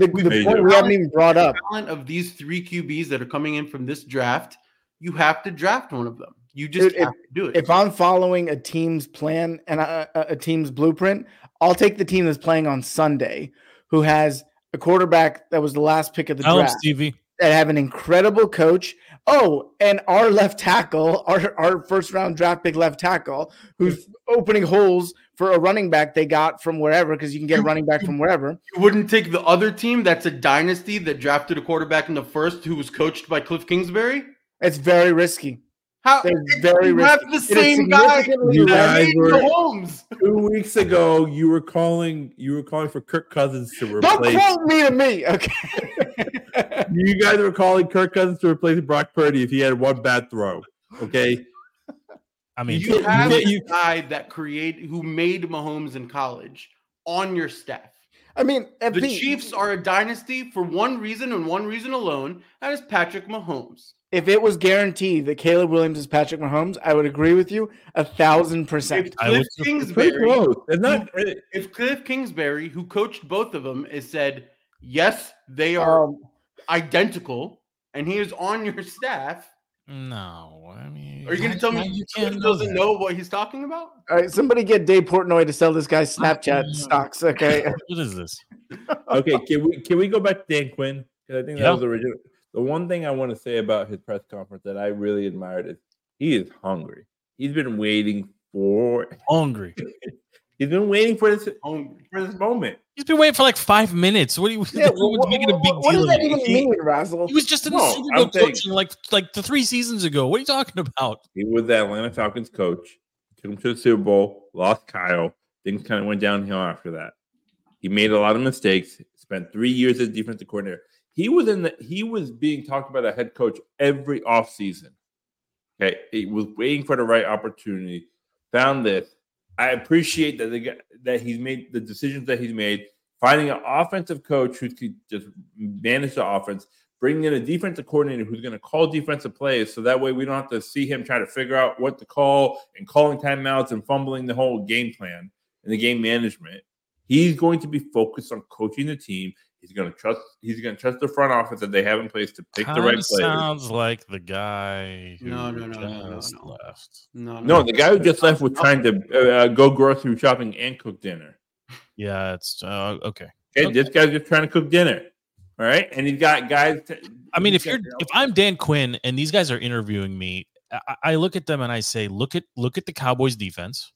S7: the, the, the
S9: made
S7: point
S9: it.
S7: we haven't even brought up.
S8: talent of these three QBs that are coming in from this draft, you have to draft one of them. You just
S7: Dude, if-
S8: have to do it.
S7: If I'm following a team's plan and a, a a team's blueprint, I'll take the team that's playing on Sunday, who has a quarterback that was the last pick of the
S6: Tell him,
S7: draft.
S6: Stevie.
S7: that have an incredible coach. Oh, and our left tackle, our, our first round draft pick left tackle, who's opening holes for a running back they got from wherever, because you can get a running back from wherever.
S8: You wouldn't take the other team that's a dynasty that drafted a quarterback in the first who was coached by Cliff Kingsbury?
S7: It's very risky.
S8: How
S7: They're very
S8: you
S7: risky.
S8: have
S7: It
S8: the
S7: is
S8: same guy
S7: significantly
S9: You
S7: less-
S9: guys
S8: that made
S9: were-
S8: Mahomes?
S9: Two weeks ago, you were calling you were calling for Kirk Cousins to
S7: Don't
S9: replace.
S7: quote me to me, okay?
S9: You guys were calling Kirk Cousins to replace Brock Purdy if he had one bad throw. Okay,
S6: I mean,
S9: you
S8: you have
S9: get-
S8: the
S9: you-
S8: guy that create who made Mahomes in college on your staff.
S7: I mean,
S8: The
S7: FP,
S8: Chiefs are a dynasty for one reason and one reason alone. That is Patrick Mahomes.
S7: if it was guaranteed that Caleb Williams is Patrick Mahomes, I would agree with you a thousand percent.
S8: If
S6: I
S8: Cliff
S6: was just-
S9: It's pretty
S8: Kingsbury,
S9: close. It's not.
S8: if Cliff Kingsbury, who coached both of them, is said, yes, they are
S7: Um,
S8: identical, and he is on your staff.
S6: no. I mean,
S8: Are you going
S6: how-
S8: to tell
S6: how
S8: me
S6: you
S8: Cliff
S6: can't know
S8: doesn't
S6: that?
S8: know what he's talking about?
S7: all right, somebody get Dave Portnoy to sell this guy Snapchat stocks, okay?
S6: What is this?
S9: Okay, can we can we go back to Dan Quinn? Because I think that
S6: Yeah.
S9: was original. The one thing I want to say about his press conference that I really admired is he is hungry. He's been waiting for
S6: Hungry.
S9: he's been waiting for this
S8: Hungry.
S9: for this moment.
S6: He's been waiting for like five minutes. What do you?
S7: Yeah,
S6: what, was
S7: wh-
S6: making a
S7: wh-
S6: big
S7: what
S6: deal?
S7: does that
S6: of it?
S7: even
S9: He-
S7: mean, Razzle?
S6: He was just in the
S9: No,
S6: Super
S9: I'm
S6: Bowl
S9: saying-
S6: coaching like like the three seasons ago. What are you talking about?
S9: He was the Atlanta Falcons coach, took him to the Super Bowl, lost Kyle. Things kind of went downhill after that. He made a lot of mistakes, spent three years as defensive coordinator. He was in the he was being talked about a head coach every offseason. Okay. He was waiting for the right opportunity. Found this. I appreciate that the guy, that he's made the decisions that he's made, finding an offensive coach who could just manage the offense bringing in a defensive coordinator who's going to call defensive plays so that way we don't have to see him try to figure out what to call and calling timeouts and fumbling the whole game plan and the game management. He's going to be focused on coaching the team. He's going to trust. He's going to trust the front office that they have in place to pick the right
S6: Kinda
S9: players.
S6: Sounds like the guy who
S8: No, no, no, no, no,
S6: just
S8: no.
S6: left.
S8: No,
S9: No, the guy who just left was trying to uh, uh, go grocery shopping and cook dinner.
S6: Yeah, it's uh, okay.
S9: Okay,
S6: Okay.
S9: this guy's just trying to cook dinner. All right, and he's got guys. to-
S6: I mean,
S9: he's
S6: if you're
S9: got-
S6: if I'm Dan Quinn and these guys are interviewing me, I, I- I look at them and I say, look at look at the Cowboys defense.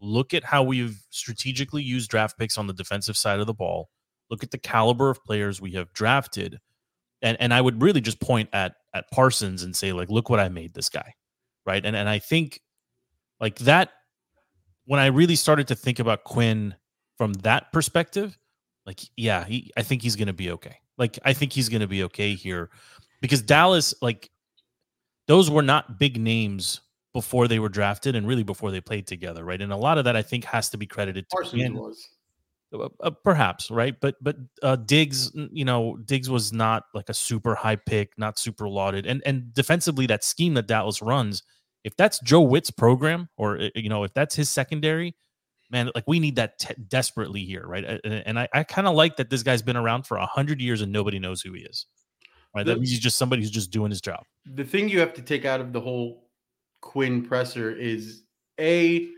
S6: Look at how we've strategically used draft picks on the defensive side of the ball. Look at the caliber of players we have drafted. And and I would really just point at at Parsons and say, like, look what I made this guy. Right. And and I think like that when I really started to think about Quinn from that perspective, like, yeah, he I think he's gonna be okay. Like I think he's gonna be okay here because Dallas, like those were not big names before they were drafted and really before they played together, right? And a lot of that I think has to be credited to
S8: Parsons
S6: Quinn,
S8: was.
S6: uh, uh, perhaps, right? But but uh, Diggs, n- you know, Diggs was not like a super high pick, not super lauded, and and defensively that scheme that Dallas runs, if that's Joe Witt's program or uh, you know if that's his secondary. Man, like we need that te- desperately here, right? A- a- And I, I kind of like that this guy's been around for a hundred years and nobody knows who he is, right? That
S8: The-
S6: means he's just somebody who's just doing his job.
S8: the thing you have to take out of the whole Quinn presser is a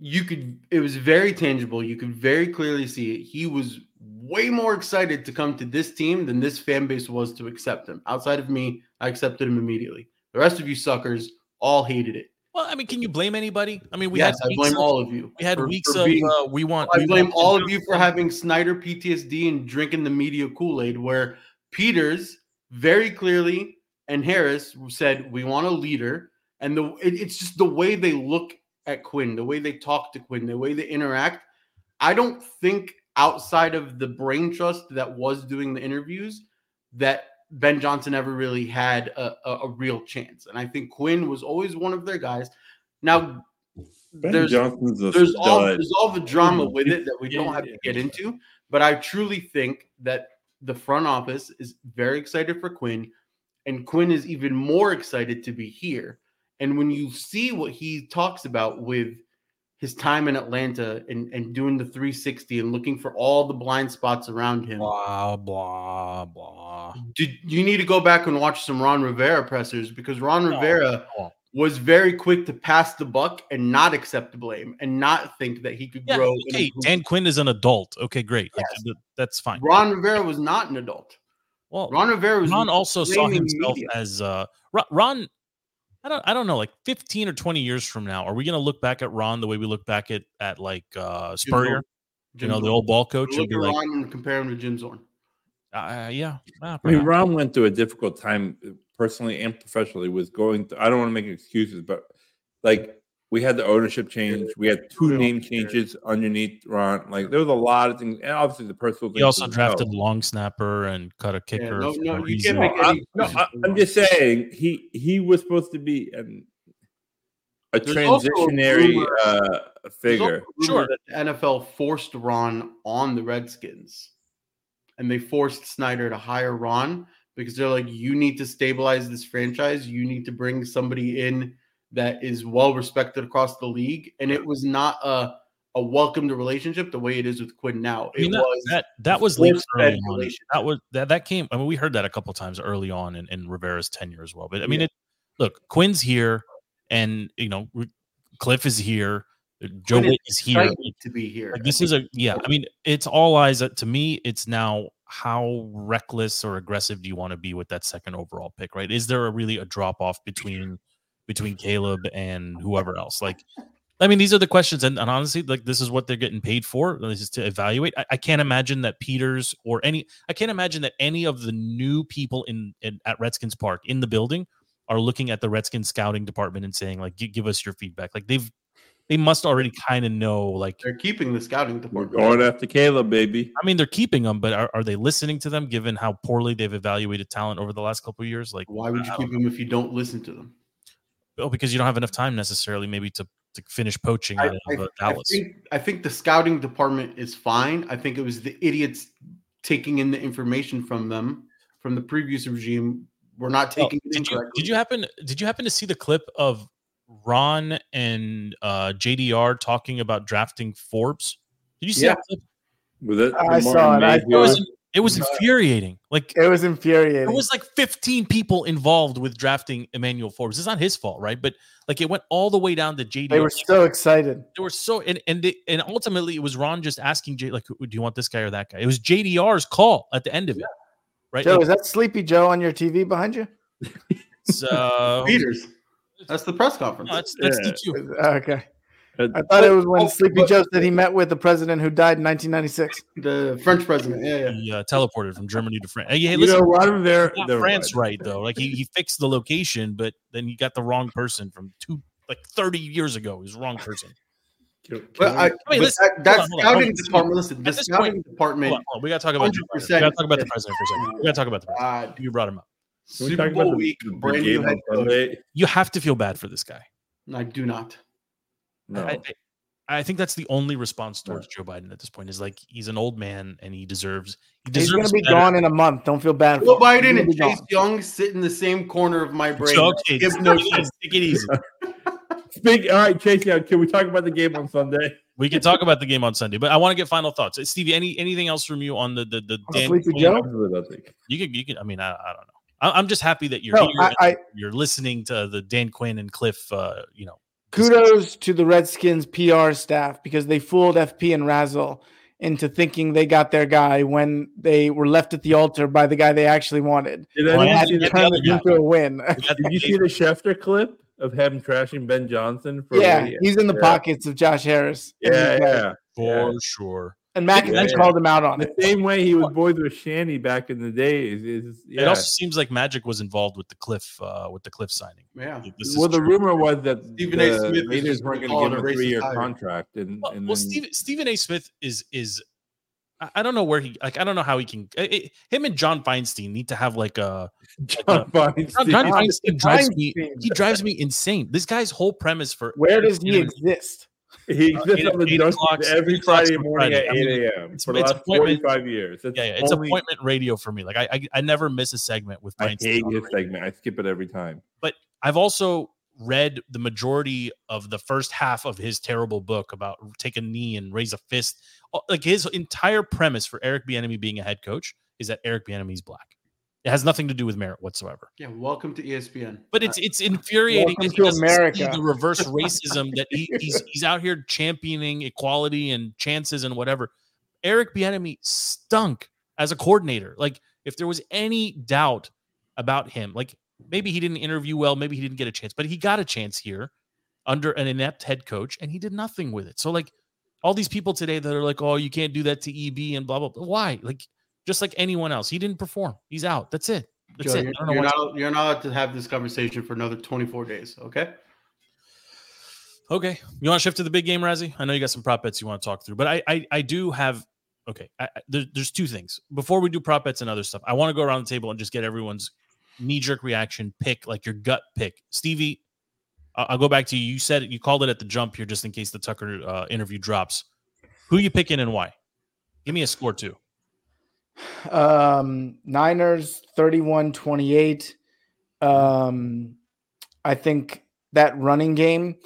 S8: you could it was very tangible. You could very clearly see it. He was way more excited to come to this team than this fan base was to accept him. Outside of me, I accepted him immediately. The rest of you suckers all hated it.
S6: Well, I mean, can you blame anybody? I mean, we
S8: yes,
S6: had
S8: I
S6: weeks
S8: blame
S6: of-
S8: all of you.
S6: we had
S8: for-
S6: weeks
S8: for
S6: of
S8: being-
S6: uh, we want.
S8: I
S6: we
S8: blame
S6: want
S8: all
S6: to
S8: of
S6: do
S8: you for
S6: something.
S8: having Snyder PTSD and drinking the media Kool Aid, where Peters very clearly and Harris said, "We want a leader," and the it- it's just the way they look at Quinn, the way they talk to Quinn, the way they interact. I don't think outside of the brain trust that was doing the interviews that Ben Johnson ever really had a, a, a real chance, and I think Quinn was always one of their guys. Now.
S9: Ben
S8: there's
S9: Johnson's a
S8: there's all
S9: stud.
S8: there's all the drama with it that we
S9: Yeah,
S8: don't have
S9: yeah,
S8: to get
S9: yeah.
S8: into. But I truly think that the front office is very excited for Quinn, and Quinn is even more excited to be here. And when you see what he talks about with his time in Atlanta and, and doing the 360 and looking for all the blind spots around him,
S6: blah blah blah.
S8: did, you need to go back and watch some Ron Rivera pressers because Ron
S6: No.
S8: Rivera
S6: Oh.
S8: was very quick to pass the buck and not accept the blame and not think that he could
S6: Yeah,
S8: grow. and
S6: okay,
S8: improve.
S6: Dan Quinn is an adult. Okay, great. Like, th- that's fine.
S8: Ron Rivera was not an adult.
S6: Well,
S8: Ron Rivera was
S6: Ron also saw
S8: blaming
S6: himself
S8: media.
S6: as uh Ron, Ron I don't I don't know like 15 or 20 years from now are we going to look back at Ron the way we look back at at like uh Spurrier, you
S8: Jim
S6: know, the
S8: Zorn.
S6: old ball coach and
S8: Look
S6: be
S8: at
S6: like
S8: Ron and compare him to Jim Zorn.
S6: uh, yeah, nah,
S9: I mean,
S6: perhaps.
S9: Ron went through a difficult time uh, personally and professionally. Was going. Through, I don't want to make excuses, but like we had the ownership change, we had two name changes underneath Ron. Like there was a lot of things, and obviously the personal.
S6: he
S9: things
S6: also
S9: as
S6: drafted
S9: well.
S6: a long snapper and cut a kicker.
S8: uh, no,
S6: for
S8: no, you
S6: reason.
S8: can't make
S9: I'm, no,
S8: excuses
S9: I,
S8: for
S9: am
S8: Ron.
S9: just saying he he was supposed to be an, a
S8: There's also a
S9: transitionary
S8: rumor-
S9: uh,
S8: There's also
S9: figure.
S8: a rumor
S6: Sure.
S8: That the NFL forced Ron on the Redskins, and they forced Snyder to hire Ron because they're like, you need to stabilize this franchise. You need to bring somebody in that is well respected across the league. And it was not a a welcomed relationship the way it is with Quinn now.
S6: I mean,
S8: it
S6: that,
S8: was
S6: that that was
S8: forced
S6: leaked early on.
S8: speculation.
S6: That was that that came. I mean, we heard that a couple times early on in, in Rivera's tenure as well. But I mean, it look, Quinn's here, and you know, R- Cliff is here, Joe
S8: Quinn is
S6: Witt is here.
S8: excited to be here.
S6: Like, this is a yeah. I mean, it's all eyes uh, to me. It's now how reckless or aggressive do you want to be with that second overall pick, right? Is there a really a drop off between between Caleb and whoever else? Like, I mean, these are the questions, and, and honestly, like this is what they're getting paid for. This is to evaluate. I, I can't imagine that Peters or any. I can't imagine that any of the new people in, in at Redskins Park in the building are looking at the Redskins scouting department and saying like, "Gi- "Give us your feedback." Like they've. They must already kind of know, like
S8: They're keeping the scouting
S9: We're
S8: department.
S9: going after Caleb, baby.
S6: I mean, they're keeping them, but are, are they listening to them given how poorly they've evaluated talent over the last couple of years? Like,
S8: Why would you
S6: I
S8: keep him if you don't listen to them?
S6: oh, because you don't have enough time necessarily, maybe to, to finish poaching
S8: I,
S6: out
S8: I-
S6: of uh,
S8: I
S6: Dallas.
S8: think, I think the scouting department is fine. I think it was the idiots taking in the information from them from the previous regime. We're not
S6: Oh,
S8: taking. it
S6: did you
S8: incorrectly.
S6: did you happen did you happen to see the clip of Ron and uh, JDR talking about drafting Forbes? Did you see
S7: Yeah.
S6: that clip?
S9: Was it
S7: I
S9: the
S7: saw it. I
S6: It
S9: Martin
S7: saw
S9: Mayfield?
S6: was it was infuriating. Like
S7: It was infuriating.
S6: There was like 15 people involved with drafting Emmanuel Forbes. It's not his fault, right? But like it went all the way down to JD.
S7: they were so excited.
S6: they were so and and they, and ultimately it was Ron just asking J like, do you want this guy or that guy? It was JDR's call at the end of it, right?
S7: Joe,
S6: Like,
S7: is that Sleepy Joe on your TV behind you?
S6: so
S8: Peters? That's the press conference.
S6: no, that's that's
S9: Yeah.
S6: DQ.
S7: Oh, Okay.
S9: Uh,
S7: I thought it was when
S8: oh,
S7: Sleepy
S8: but-
S7: Joe said he met with the president who died in 1996.
S8: the French president. Yeah, yeah.
S6: He uh, teleported from Germany to France. Hey, hey,
S9: you know,
S6: listen,
S9: Ron Rivera.
S6: he got
S9: never
S6: France
S9: mind.
S6: right though. Like he, he fixed the location, but then he got the wrong person from two like 30 years ago. He was the wrong person.
S8: But, I, but
S6: listen,
S8: that, that
S6: hold on, hold on,
S8: scouting
S6: hold on.
S8: department. Listen, the
S6: At this
S8: scouting
S6: Hold
S8: department.
S6: on, hold on, We gotta talk about the president. we
S8: 100%
S6: gotta talk about the president for a second. We gotta talk about the president.
S8: God,
S6: You brought him up.
S9: Can we
S8: uh, Super
S9: talk about
S8: Bowl
S9: the-
S8: week,
S9: the
S8: brand
S9: game
S8: new
S9: on
S8: head coach.
S9: Sunday?
S6: You have to feel bad for this guy.
S8: I do not.
S9: No.
S6: I, I I think that's the only response towards Joe Biden at this point is like he's an old man and he deserves he
S7: He's
S6: deserves
S7: going to be
S6: better.
S7: gone in a month. Don't feel bad.
S8: Joe
S7: for him. He's
S8: Biden
S7: gonna
S8: and
S7: be gone.
S8: Chase Young sit in the same corner of my brain.
S6: So, okay,
S8: Give
S6: take
S8: no
S6: it easy,
S8: shit.
S6: take it easy.
S9: Speak. All right, Chase. Young, can we talk about the game on Sunday?
S6: We can talk about the game on Sunday, but I want to get final thoughts. Uh, Stevie, any anything else from you on the the, the Dan
S7: Sleepy
S6: Quinn?
S7: Joe?
S9: Absolutely nothing.
S6: You could you could I mean I, I don't know. I, I'm just happy that you're
S7: No,
S6: here.
S7: I,
S6: and
S7: I
S6: you're listening to the Dan Quinn and Cliff. Uh, you know,
S7: kudos to the Redskins PR staff because they fooled FP and Razzle into thinking they got their guy when they were left at the altar by the guy they actually wanted.
S9: Did,
S6: Well,
S7: And
S9: anyone
S6: I
S7: had
S9: see
S7: to
S6: get
S9: the,
S6: the
S7: turn
S6: other
S7: it
S6: guy.
S7: into a win.
S6: we got the
S9: did you see the Schefter clip of him trashing Ben Johnson? For
S7: yeah, he's in the
S9: Yeah.
S7: pockets of Josh Harris. and
S9: Yeah,
S7: his guy.
S9: yeah.
S6: for sure.
S7: And McIntyre
S9: Yeah.
S7: called him out on
S9: The
S7: it.
S9: same way he was boys with Shanny back in the days. Is
S6: It
S9: yeah.
S6: also seems like Magic was involved with the Cliff uh, with the Cliff signing.
S8: Yeah.
S6: This is
S9: well, the
S6: true.
S9: rumor was that
S8: Stephen A.
S9: the
S8: Smith is
S9: Raiders
S8: just
S9: weren't
S8: gonna
S9: going
S8: call
S9: to give him
S8: it a
S9: a
S8: racist
S9: three-year
S8: hire.
S9: contract, and,
S6: Well,
S9: and
S6: well
S9: then-
S6: Stephen, Stephen A. Smith is is I, I don't know where he like I don't know how he can i i- him and John Feinstein need to have like a
S9: John
S6: John,
S9: Feinstein.
S6: John Feinstein drives me
S7: Feinstein.
S6: he drives me insane. This guy's whole premise for
S7: Where does he
S6: entertainment-
S7: exist?
S9: He
S6: Uh,
S9: exists
S6: eight-
S9: on the
S6: eight
S9: Dust
S6: o'clock-
S9: every
S6: eight o'clock
S9: Friday
S6: on
S9: morning
S6: Friday. I
S9: at
S6: mean,
S9: 8 a.m.
S6: it's-
S9: for the
S6: it's
S9: last
S6: appointment-
S9: 45 years. That's
S6: yeah, yeah, it's
S9: only-
S6: appointment radio for me. Like I, I I never miss a segment with
S9: I
S6: Feinstein.
S9: hate
S6: on
S9: his
S6: radio.
S9: segment. I skip it every time.
S6: I've also read the majority of the first half of his terrible book about take a knee and raise a fist. Uh, Like his entire premise for Eric Bieniemy being a head coach is that Eric Bieniemy is black. It has nothing to do with merit whatsoever.
S8: Yeah. Welcome to E ESPN.
S6: But it's it's infuriating
S7: Welcome
S6: that he
S7: to
S6: doesn't see
S7: America.
S6: the reverse racism that he, he's he's out here championing equality and chances and whatever. Eric Bieniemy stunk as a coordinator. Like If there was any doubt about him, like maybe he didn't interview well, maybe he didn't get a chance, but he got a chance here under an inept head coach and he did nothing with it. So, like, all these people today that are like, oh, you can't do that to EB and blah, blah, blah. Why? Like, just like anyone else, he didn't perform. He's out. That's it. That's
S8: Uh, Joe,
S6: it.
S8: you're,
S6: I don't know
S8: you're
S6: what
S8: not, you're not allowed to have this conversation for another 24 days. Okay.
S6: Okay. You want to shift to the big game, Razzie? I know you got some prop bets you want to talk through, but I I, I do have okay. I, I- there, there's two things before we do prop bets and other stuff. I want to go around the table and just get everyone's knee jerk reaction pick, like your gut pick. Stevie, I- I'll go back to you. You said it, you called it at the jump here, just in case the Tucker uh, interview drops. Who you picking and why? Give me a score too.
S7: Um, Niners 31 28. Um, I think that running game,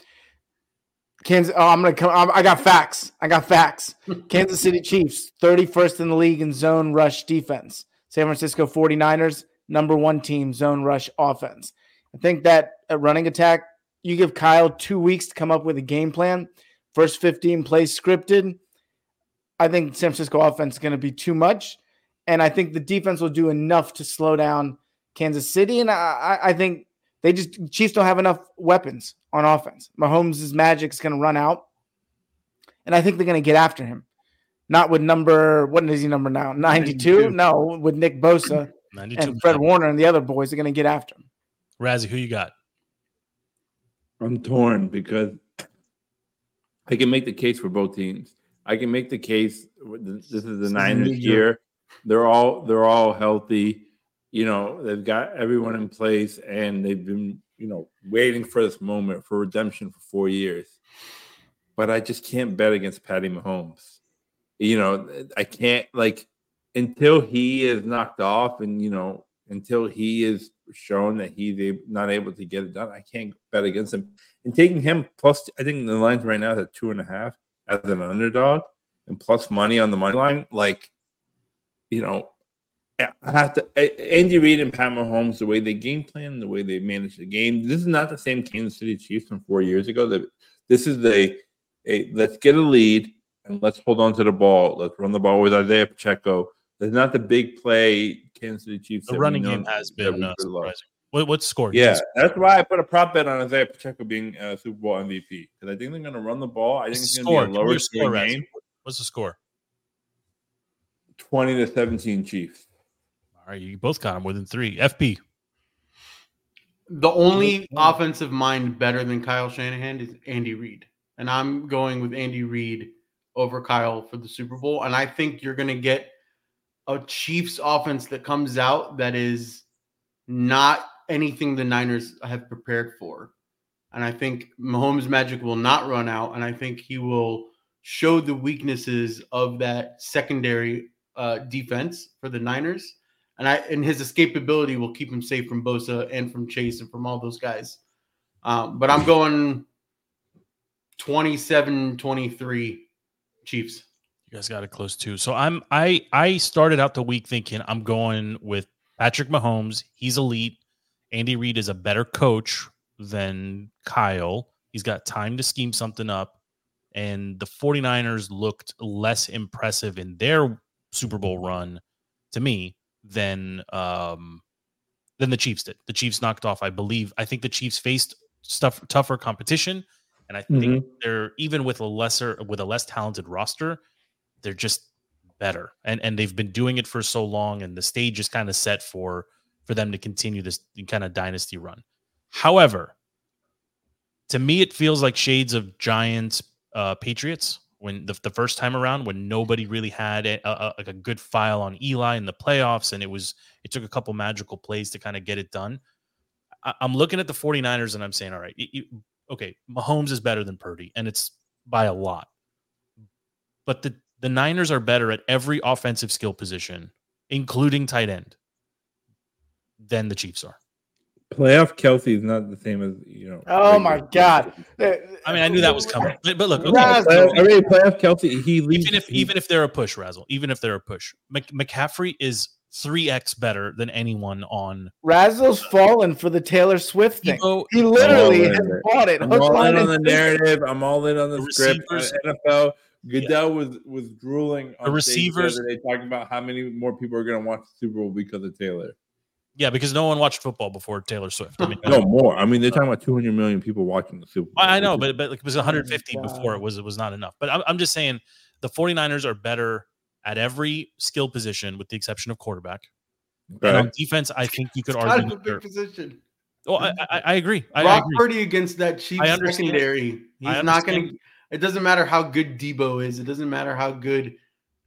S7: Kansas. Oh, I'm gonna come. I'm, I got facts. I got facts. Kansas City Chiefs 31st in the league in zone rush defense. San Francisco 49ers, number one team zone rush offense. I think that a running attack, you give Kyle two weeks to come up with a game plan. First 15 plays scripted. I think San Francisco offense is going to be too much and I think the defense will do enough to slow down Kansas City. And I, I- I think they just Chiefs don't have enough weapons on offense. Mahomes' magic is going to run out, and I think they're going to get after him. Not with number what is he number now? Ninety two? No, with Nick Bosa
S6: Ninety-two.
S7: and Fred Warner and the other boys are going to get after him.
S6: Razzie, who you got?
S9: I'm torn because I can make the case for both teams. I can make the case. This is the Niners
S7: year.
S9: year. They're all they're all healthy. You know they've got everyone in place, and they've been you know waiting for this moment for redemption for four years. But I just can't bet against Patty Mahomes. You know I can't like until he is knocked off, and you know until he is shown that he's ab- not able to get it done. I can't bet against him and taking him plus I think the lines right now is at two and a half as an underdog and plus money on the money line, like you know, I I have to A- Andy Reid and Pat Mahomes, the way they game plan, the way they manage the game. This is not the same Kansas City Chiefs from four years ago. That this is a, a let's get a lead and let's hold on to the ball. Let's run the ball with Isaiah Pacheco. There's not the big play Kansas City Chiefs. that
S6: The
S9: we
S6: running
S9: know-
S6: game has
S9: that
S6: been
S9: we
S6: uh,
S9: really love.
S6: surprising. What what score?
S9: Yeah, that's why I put a prop bet on Isaiah Pacheco being uh, Super Bowl MVP because I think they're going to run the ball. I think
S6: What's the
S9: it's
S6: score?
S9: going to
S6: Give me
S9: be a
S6: your
S9: lower
S6: score,
S9: scoring
S6: Razzie.
S9: game,
S6: What's the score?
S9: twenty to seventeen Chiefs.
S6: All right, you both got him within three. FP.
S8: The only offensive mind better than Kyle Shanahan is Andy Reid. And I'm going with Andy Reid over Kyle for the Super Bowl. And I think you're going to get a Chiefs offense that comes out that is not anything the Niners have prepared for. And I think Mahomes' magic will not run out. And I think he will show the weaknesses of that secondary uh, defense for the Niners and I and his escapability will keep him safe from Bosa and from Chase and from all those guys. Um, but I'm going 27-23 Chiefs.
S6: You guys got it close too. So I'm I I started out the week thinking I'm going with Patrick Mahomes. He's elite. Andy Reid is a better coach than Kyle. He's got time to scheme something up. And the 49ers looked less impressive in their Super Bowl run to me than um than the Chiefs did. The Chiefs knocked off, I believe. I think the Chiefs faced stuff tougher competition. And I think they're even with a lesser with a less talented roster, they're just better. And and they've been doing it for so long and the stage is kind of set for for them to continue this kind of dynasty run. However, to me it feels like shades of Giants uh Patriots when the, the first time around when nobody really had a, a, a- like a good file on Eli in the playoffs and it was it took a couple magical plays to kind of get it done. I, I'm looking at the 49ers and I'm saying all right, you- you- okay, Mahomes is better than Purdy and it's by a lot but the the Niners are better at every offensive skill position, including tight end, than the Chiefs are.
S9: Playoff Kelsey is not the same as you know.
S7: Oh my god! Oh,
S6: I mean, I knew that was coming, but but look, okay,
S7: Raz-
S9: Playoff, I mean, playoff Kelsey. He leads.
S6: even if even if they're a push, Razzle, even if they're a push, Mc, McCaffrey is three x better than anyone on.
S7: Razzle's fallen for the Taylor Swift thing.
S6: Debo,
S7: He literally
S9: Oh,
S7: has bought it.
S9: I'm
S7: Hook,
S9: all
S7: line,
S9: in on
S7: and
S9: the
S7: sinker.
S9: narrative. I'm all in on the
S6: The
S9: script.
S6: receivers-
S9: NFL Goodell was was drooling on
S6: receivers-
S9: They talking about how many more people are going to watch the Super Bowl because of Taylor.
S6: Yeah, because no one watched football before Taylor Swift. I mean,
S9: No more. I mean, they're talking about 200 million people watching the Super Bowl.
S6: I I know,
S9: which is-
S6: but but like, it was 150 before it was it was not enough. But I'm, I'm just saying the 49ers are better at every skill position with the exception of quarterback. And
S9: Okay.
S6: on defense, I think you could
S8: Out of
S6: argue.
S8: a
S6: they're-
S8: big position.
S6: Oh, I, I, I agree. I, I
S8: Brock
S6: agree.
S8: Purdy against that Chiefs
S6: I understand.
S8: secondary.
S6: I
S8: He's not going to.
S6: understand.
S8: It doesn't matter how good Debo is. It doesn't matter how good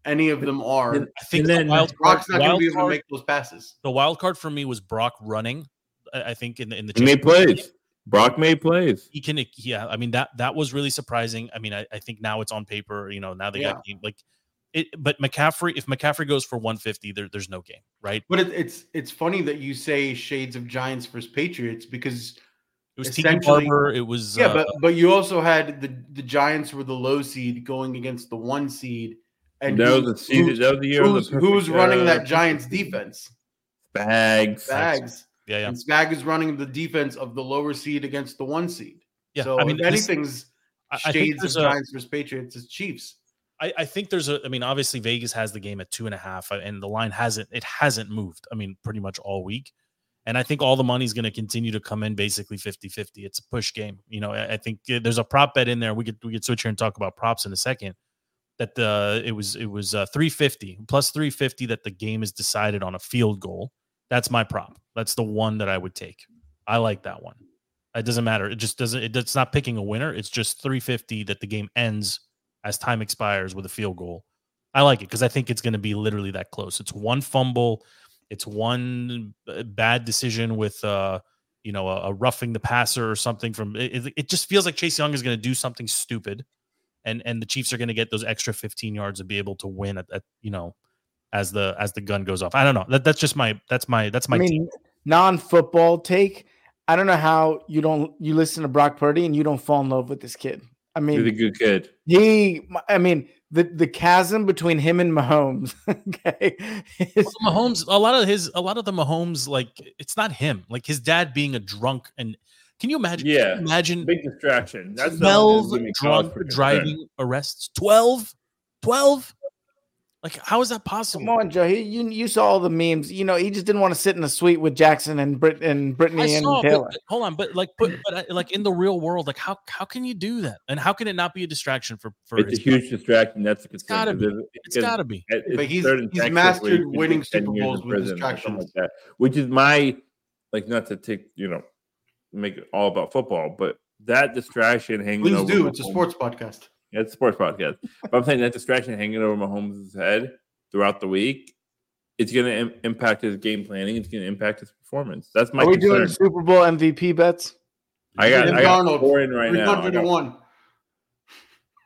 S8: any of them are.
S6: I think
S9: And
S6: the
S9: then
S6: wild card,
S8: Brock's not going to
S6: wild
S8: be able to
S6: card-
S8: make those passes.
S6: the wild card for me was Brock running. I, I think in the in the
S9: He made
S6: championship game.
S9: plays. Brock made plays.
S6: he can yeah i mean that that was really surprising i mean i, I think now it's on paper you know now they got game like it but mccaffrey if mccaffrey goes for 150 there, there's no game right
S8: But it, it's it's funny that you say shades of Giants versus Patriots
S6: it
S8: because
S6: was Tiki
S8: Essentially-
S6: Barber. it was
S8: yeah,
S6: uh,
S8: but but you also had the the Giants were the low seed going against the one seed, and
S9: that
S8: who-
S9: was the season.
S8: who's-
S9: that was the year. of the
S8: who's, who's
S9: perfect,
S8: running
S9: uh,
S8: that Giants defense?
S9: Bags.
S8: Spags.
S6: yeah yeah
S8: And Spag is running the defense of the lower seed against the one seed.
S6: yeah
S8: so
S6: i mean
S8: if
S6: this-
S8: anything's
S6: I- I think
S8: shades of
S6: there's a
S8: Giants versus Patriots is Chiefs.
S6: I, I think there's a I mean obviously Vegas has the game at two and a half uh, and the line hasn't it hasn't moved I mean pretty much all week and I think all the money's going to continue to come in basically 50-50 it's a push game you know I, I think uh, there's a prop bet in there we could we could switch here and talk about props in a second that the it was it was uh, 350 plus 350 that the game is decided on a field goal that's my prop that's the one that I would take I like that one it doesn't matter it just doesn't it, it's not picking a winner it's just 350 that the game ends as time expires with a field goal. I like it because I think it's going to be literally that close. It's one fumble, it's one b- bad decision with uh, you know a, a roughing the passer or something from. It, it- it just feels like Chase Young is going to do something stupid, and and the Chiefs are going to get those extra 15 yards and be able to win at, at you know as the as the gun goes off. I don't know. That, that's just my that's my that's my
S7: I
S6: take.
S7: mean, non-football take. I don't know how you don't you listen to Brock Purdy and you don't fall in love with this kid. I
S9: He's a
S7: mean,
S9: good kid.
S7: he. I mean, the the chasm between him and Mahomes. Okay, is-
S6: Well, Mahomes, a lot of his, a lot of the Mahomes, like it's not him. Like his dad being a drunk, and can you imagine? can you
S9: Yeah.
S6: imagine
S9: Big distraction. That's the-
S6: twelve
S9: that's gonna be cause
S6: drunk
S9: for concern.
S6: driving arrests. 12? 12? Like how is that possible?
S7: come on, Joe. He, you you saw all the memes. You know, he just didn't want to sit in a suite with Jackson and Brit and
S6: I
S7: Brittany and
S6: saw,
S7: Taylor.
S6: but, hold on, but like, but, but I, like in the real world, like how how can you do that? And how can it not be a distraction for for?
S9: It's
S6: his
S9: a huge distraction. That's a concern.
S6: gotta be.
S9: because-
S6: It's gotta be.
S9: It- it's
S8: But he's-
S9: third in
S8: he's
S9: Texas
S8: mastered
S9: where you can
S8: winning
S9: do 10
S8: Super
S9: years
S8: Bowls
S9: in
S8: with
S9: prison or something
S8: distractions.
S9: like that, which is my like not to take you know make it all about football, but that distraction hanging
S8: Please
S9: over
S8: do. It's a
S9: Mahomes-
S8: sports podcast.
S9: yeah, it's a sports podcast. but I'm saying that distraction hanging over Mahomes' head throughout the week, it's going to Im- impact his game planning. It's going to impact his performance. That's my
S7: Are we
S9: concern.
S7: doing Super Bowl MVP bets?
S9: I got,
S8: Sam
S9: I got
S8: Darnold,
S9: four in right now. I
S8: 300 to
S9: got
S8: 1.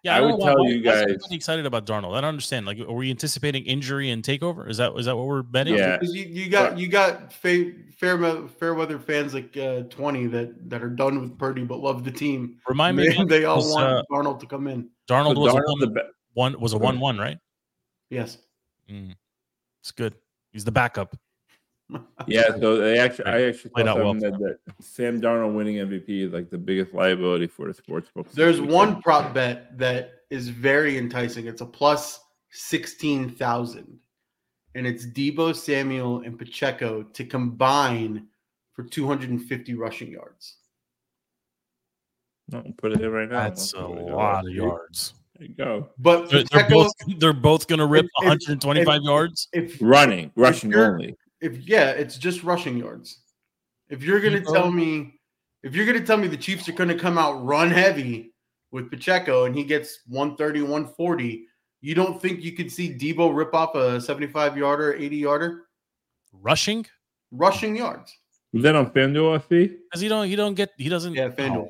S9: I
S6: don't
S9: would
S6: know
S9: tell
S6: why-
S9: you
S6: why is
S9: guys-
S6: everybody excited about Darnold. I don't understand. Like, are we anticipating injury and takeover? Is that is that what we're betting?
S9: Yeah.
S8: Because You, you got you got fa- fair me- fair weather fans like uh, 20 that, that are done with Purdy but love the team.
S6: Remind me,
S8: they,
S6: again,
S8: they all
S6: was,
S8: want
S6: uh,
S8: Darnold to come in.
S9: So
S6: Darnold was a
S9: Darnold's the
S6: one,
S9: be-
S6: one was a one one, right?
S8: Yes.
S6: Mm. It's good. He's the backup.
S9: Yeah, so they actually, I actually
S6: Played
S9: saw
S6: out well
S9: something that, that Sam Darnold winning MVP is like the biggest liability for the sports book.
S8: There's one prop bet that is very enticing. It's a plus 16,000. And it's Debo Samuel and Pacheco to combine for 250 rushing yards.
S9: No, put it in right now.
S6: That's a
S9: There we go.
S6: lot of yards.
S9: There you go.
S8: But
S6: They're, they're
S8: Pacheco,
S6: both they're both gonna rip
S8: If- if-
S6: 125
S8: if-
S6: yards.
S8: if,
S9: Running, rushing
S8: you're-
S9: only.
S8: if yeah, it's just rushing yards. If you're gonna
S6: Debo-
S8: tell me, if you're gonna tell me the Chiefs are gonna come out run heavy with Pacheco and he gets 130, 140, you don't think you could see Debo rip off a 75 yarder, 80 yarder?
S6: Rushing?
S8: Rushing yards.
S9: Was that on FanDuel, FB?
S6: Because he don't he don't get he doesn't
S8: Yeah, FanDuel.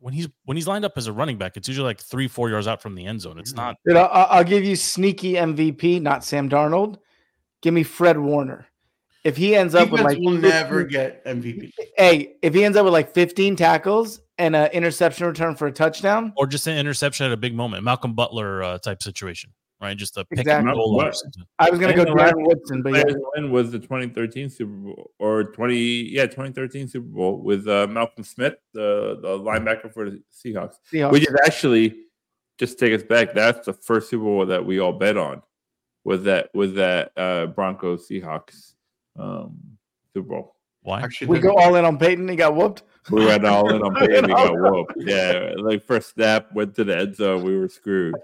S6: when he's when he's lined up as a running back, it's usually like three, four yards out from the end zone. It's
S8: Mhm.
S6: not
S7: Dude, I- I- I'll give you sneaky MVP, not Sam Darnold. Give me Fred Warner. If he ends up with
S8: Defense
S7: like
S8: will
S7: 15
S8: never get MVP.
S7: hey, if he ends up with like 15 tackles and an interception return for a touchdown,
S6: or just an interception at a big moment, Malcolm Butler uh, type situation, right? Just a pick
S7: Exactly.
S6: and roll.
S9: What?
S6: or something.
S7: I was gonna
S9: And
S7: go
S9: the last
S7: Darren Woodson, but yeah,
S9: Players win was the 2013 Super Bowl or 20 yeah 2013 Super Bowl with uh, Malcolm Smith, the, the linebacker for the Seahawks,
S7: Seahawks.
S9: which is actually just take us back. That's the first Super Bowl that we all bet on. Was that was that uh, Broncos Seahawks um, Super Bowl?
S6: Why?
S8: Actually,
S7: We
S8: the-
S7: go all in on Peyton. He got whooped.
S9: We went all in on Brady. and Got whooped. Yeah, like first snap went to the end zone. We were screwed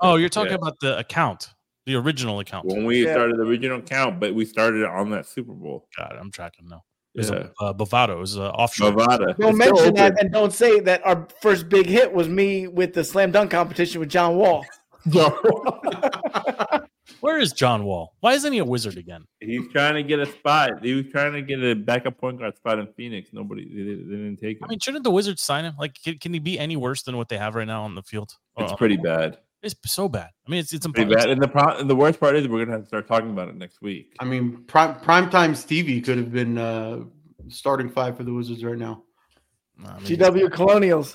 S6: Oh, you're talking
S9: Yeah.
S6: about the account, the original account.
S9: when we
S7: Yeah.
S9: started the original count, but we started it on that Super Bowl.
S6: God, I'm tracking now. It was
S9: Yeah,
S6: a, uh, Bovado. It was uh, offshore.
S9: Nevada.
S7: Don't
S9: It's still
S7: mention
S9: open.
S7: that and don't say that our first big hit was me with the slam dunk competition with John Wall.
S6: Where is John Wall? Why isn't he a wizard again?
S9: He's trying to get a spot. He was trying to get a backup point guard spot in Phoenix. Nobody they, didn't- they didn't take him.
S6: I mean, shouldn't the Wizards sign him? Like, can, can he be any worse than what they have right now on the field?
S9: it's
S6: Uh,
S9: pretty bad.
S6: it's so bad. I mean, it's it's
S9: Pretty
S6: impossible.
S9: bad. And the pro- and the worst part is we're gonna have to start talking about it next week.
S8: I mean, prime primetime Stevie could have been uh, starting five for the Wizards right now.
S6: I mean,
S7: GW Colonials.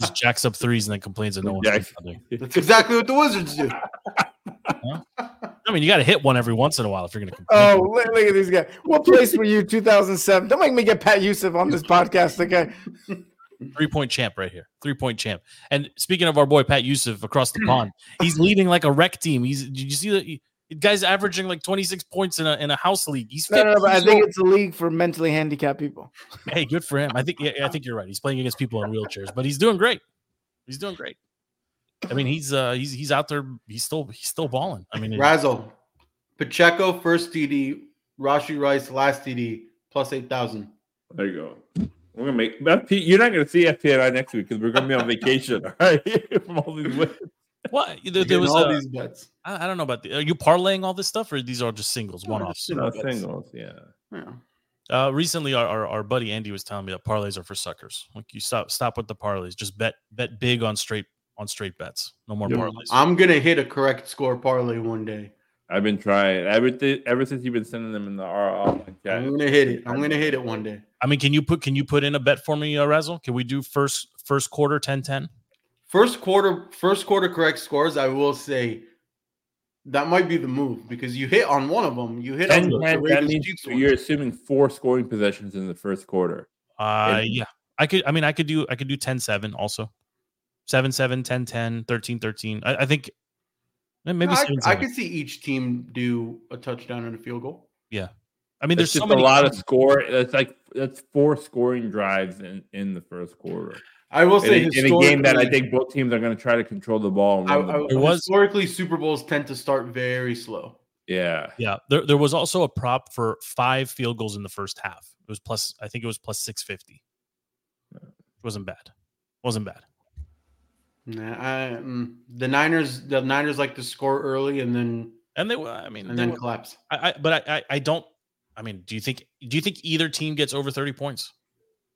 S6: just jacks up threes and then complains that no one's
S9: Jacks-
S6: defending.
S8: That's exactly what the Wizards do.
S6: I mean, you got to hit one every once in a while if you're going to complain.
S7: Oh, look, look at these guys. What place were you 2007? Don't make me get Pat Yusuf on this podcast again.
S6: Three point champ right here. Three point champ. And speaking of our boy Pat Yusuf across the pond, he's leading like a rec team. He's did you see that? he- the Guy's averaging like 26 points in a in a house league. He's
S7: No, no, no, but I
S6: 15
S7: think it's a league for mentally handicapped people.
S6: Hey, good for him. I think yeah, I think you're right. He's playing against people in wheelchairs, but he's doing great. He's doing great. I mean, he's uh he's he's out there. He's still he's still balling. I mean,
S8: Razzle, Pacheco first TD, Rashi Rice last TD plus eight thousand.
S9: There you go. We're gonna make FP, you're not gonna see FPNI next week because we're gonna be on vacation. All right, from all these wins.
S6: what there,
S8: There,
S6: there was.
S8: all
S6: uh,
S8: these bets.
S6: I, I don't know about the. Are you parlaying all this stuff, or these are just singles, one offs?
S9: You know,
S8: That's-
S9: singles. Yeah.
S8: Yeah.
S6: Uh, recently, our, our our buddy Andy was telling me that parlays are for suckers. Like you stop stop with the parlays. Just bet bet big on straight on straight bets. No more
S9: Yeah.
S6: parlays.
S8: I'm gonna hit a correct score parlay one day.
S9: I've been trying ever, th- ever since you've been sending them in the R online chat.
S8: I'm gonna hit it. I'm gonna hit it one day.
S6: I mean, can you put can you put in a bet for me, uh, Razzle? Can we do first first quarter 10-10?
S8: First quarter, first quarter correct scores. I will say that might be the move because you hit on one of them. You hit
S9: 10
S8: on the
S9: that
S8: Ravens
S9: means
S8: Chiefs one.
S9: you're assuming four scoring possessions in the first quarter.
S6: Uh,
S9: And-
S6: yeah. I could, I mean, I could do, I could do 10 7 also. 7 7, 10 10, 13 13. I, I think eh, maybe
S8: No, I-
S6: 7,
S8: I,
S6: 7.
S8: could see each team do a touchdown and a field goal.
S6: I mean, there's
S9: That's
S6: so
S9: just
S6: many.
S9: a lot of
S6: games.
S9: score. That's like that's four scoring drives in, in the first quarter.
S8: I will say,
S9: In a, in a game that I
S8: historically-
S9: think both teams are going to try to control the ball. And
S8: I,
S9: run the
S8: I-
S9: ball.
S6: It was-
S8: historically Super Bowls tend to start very slow.
S9: yeah,
S6: Yeah. There, there was also a prop for five field goals in the first half. It was plus, I think it was plus 650. It wasn't bad. Wasn't bad.
S8: Nah, I, mm, the Niners, the Niners like to score early and then
S6: And they were, I mean,
S8: and
S6: they
S8: then
S6: were-
S8: collapse.
S6: I, I, but I, I, I don't, I mean, do you think, do you think either team gets over 30 points?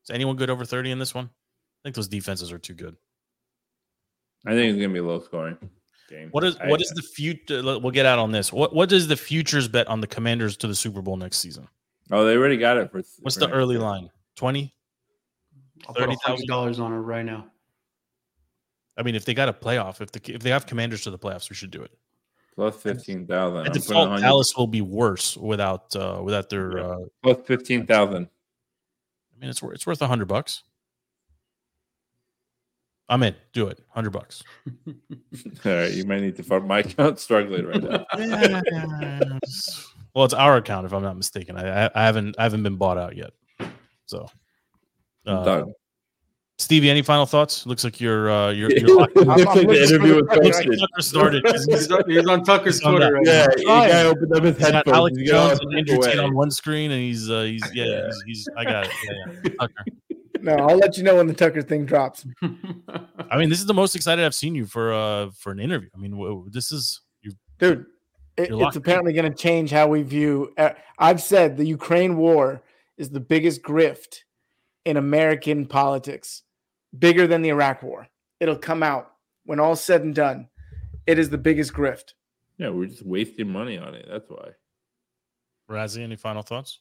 S6: Is anyone good over 30 in this one? I think those defenses are too good.
S9: I think it's going to be a low scoring game.
S6: What is
S9: I-
S6: what is the future? We'll get out on this. What what does the futures bet on the Commanders to the Super Bowl next season?
S9: Oh, they already got it for.
S6: What's
S9: for
S6: the
S9: next
S6: early
S9: year.
S6: line? Twenty.
S8: I'll put
S6: $30,000.
S8: dollars on it right now.
S6: I mean, if they got a playoff, if the if they have Commanders to the playoffs, we should do it.
S9: Plus fifteen thousand.
S6: At default, Dallas will be worse without uh, without their.
S9: Yeah.
S6: Uh,
S9: Plus fifteen thousand.
S6: I mean, it's wor- it's worth a hundred bucks. I'm in. Do it. Hundred bucks.
S9: All right, you might need to fund my account struggling right now.
S6: well, it's our account, if I'm not mistaken. I, I, I haven't I haven't been bought out yet, so.
S9: I'm
S6: uh,
S9: done.
S6: Stevie, any final thoughts? Looks like you're uh, you're,
S9: It
S6: you're locked
S9: looks
S6: in.
S9: like
S7: I'm
S9: the
S7: looking for
S9: interview
S7: the
S9: was
S7: fucking
S6: Looks like
S9: posted.
S6: Tucker started. He's, he's,
S8: He's on, he's on Tucker's
S6: He's on
S8: Twitter
S6: that.
S8: right
S9: Yeah,
S8: now.
S9: the guy opened up his
S6: he's got
S9: headphones.
S6: Alex
S9: He's got
S6: Jones and Andrew Tate
S9: away.
S6: on one screen, and he's uh, he's yeah, He's, he's I got it. Yeah, yeah. Tucker.
S7: No, I'll let you know when the Tucker thing drops.
S6: I mean, this is the most excited I've seen you for uh for an interview. I mean, w- this is you.
S7: Dude, it,
S6: You're
S7: it's
S6: locked
S7: apparently going to change how we view. Uh, I've said the Ukraine war is the biggest grift in American politics, bigger than the Iraq war. It'll come out when all's said and done. It is the biggest grift.
S9: Yeah, we're just wasting money on it. That's why.
S6: Razzie, any final thoughts?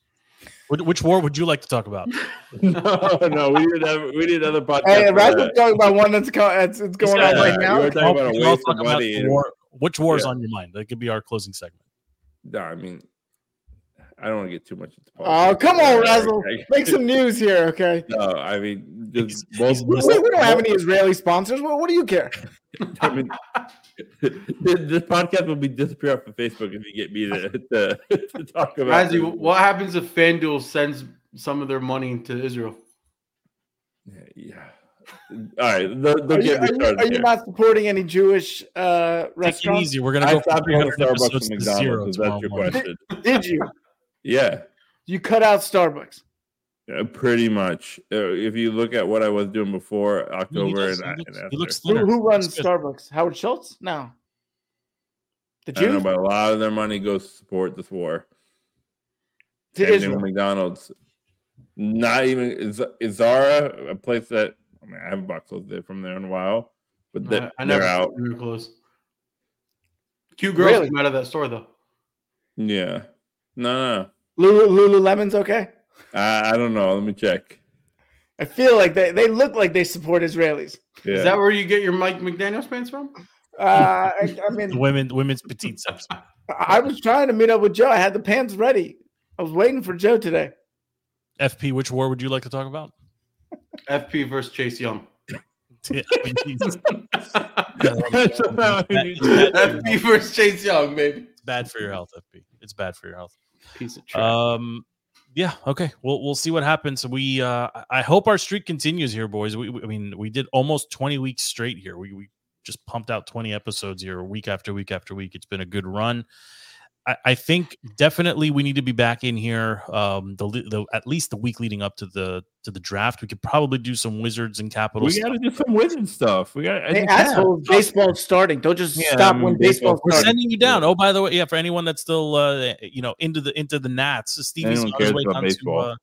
S6: Which, which war would you like to talk about?
S9: no, no, we need another, we need another podcast.
S7: Hey,
S9: for
S7: rather than
S9: that.
S7: talking about one that's, co- that's it's going on
S6: Yeah,
S7: right now,
S9: you were talking about a
S6: We can all
S9: waste
S6: talk
S9: of
S6: about
S9: money.
S6: the war- which war is
S9: Yeah.
S6: on your mind? That could be our closing segment.
S9: No, I mean, I don't want to get too much into
S7: Oh,
S9: politics.
S7: come on,
S9: I-
S7: Razzle.
S9: I-
S7: Make some news here, okay?
S9: No, I mean, just
S6: He's-
S9: both,
S6: he's
S7: We, we don't have any Israeli sponsors. What, what do you care?
S9: I mean, this, this podcast will be disappear off of Facebook if you get me to, to, to talk about.
S8: Razzie, what happens if FanDuel sends some of their money to Israel?
S9: this. Yeah. All right, they'll, they'll
S7: Are you,
S9: get me
S7: are you,
S9: started
S7: are you
S9: here.
S7: not supporting any Jewish uh,
S6: Take it
S7: restaurants?
S6: easy. We're gonna
S9: I
S6: go
S9: stopped
S6: from
S9: going to
S6: 300
S9: Starbucks
S6: episodes
S9: and
S6: to
S9: McDonald's.
S6: zero
S9: If that's
S6: tomorrow
S9: your
S6: morning.
S9: question.
S7: Did you?
S9: Yeah.
S7: You cut out Starbucks.
S9: Uh, pretty much. Uh, if you look at what I was doing before
S6: No, he
S9: October
S6: does. He
S9: and, I-
S6: looks-
S9: and
S6: He looks
S7: Who,
S6: thinner.
S7: who runs
S6: Looks good.
S7: Starbucks? Howard Schultz? No. The
S9: after. I don't know,
S7: Jews?
S9: but a lot of their money goes to support this war.
S7: To
S9: Same thing
S7: Israel.
S9: with McDonald's. Not even Z- Zara, a place that I mean, I haven't bought clothes there from there in a while, but they,
S8: I, I
S9: they're
S8: never
S9: out.
S8: we were close. Cute girls
S7: Really?
S8: came out of that store though.
S9: Yeah. No, no.
S7: Lulu, Lululemon's okay?
S9: I, I don't know. Let me check.
S7: I feel like they, they look like they support Israelis.
S9: Yeah.
S8: Is that where you get your Mike McDaniel's pants from?
S7: Uh, I, I
S6: The
S7: mean,
S6: women, the women's petite subs.
S7: I was trying to meet up with Joe. I had the pants ready. I was waiting for Joe today.
S6: FP, which war would you like to talk about?
S8: FP versus Chase Young.
S6: Yeah, I mean, Jesus.
S8: FP versus Chase Young, baby. Uh,
S6: it's bad for your health, FP. It's bad for your health.
S8: Piece of trash.
S6: Um, yeah. Okay. We'll we'll see what happens. We uh, I- I hope our streak continues here, boys. We, we I mean, we did almost twenty weeks straight here. We we just pumped out twenty episodes here, week after week after week. It's been a good run. I, I think definitely we need to be back in here. Um, the, li- the at least the week leading up to the to the draft, we could probably do some wizards and capitals.
S9: we got to do some wizard stuff. We got to.
S7: Hey, assholes, baseball's starting. Don't just
S9: Yeah,
S7: stop
S9: I mean,
S7: when baseball's
S9: baseball-
S6: We're
S7: starting.
S6: sending you down. Oh, by the way, yeah, for anyone that's still uh, you know into the into the Nats, Stevie's
S9: Anyone
S6: on his
S9: cares
S6: way
S9: about
S6: down to.
S9: baseball.
S6: Uh,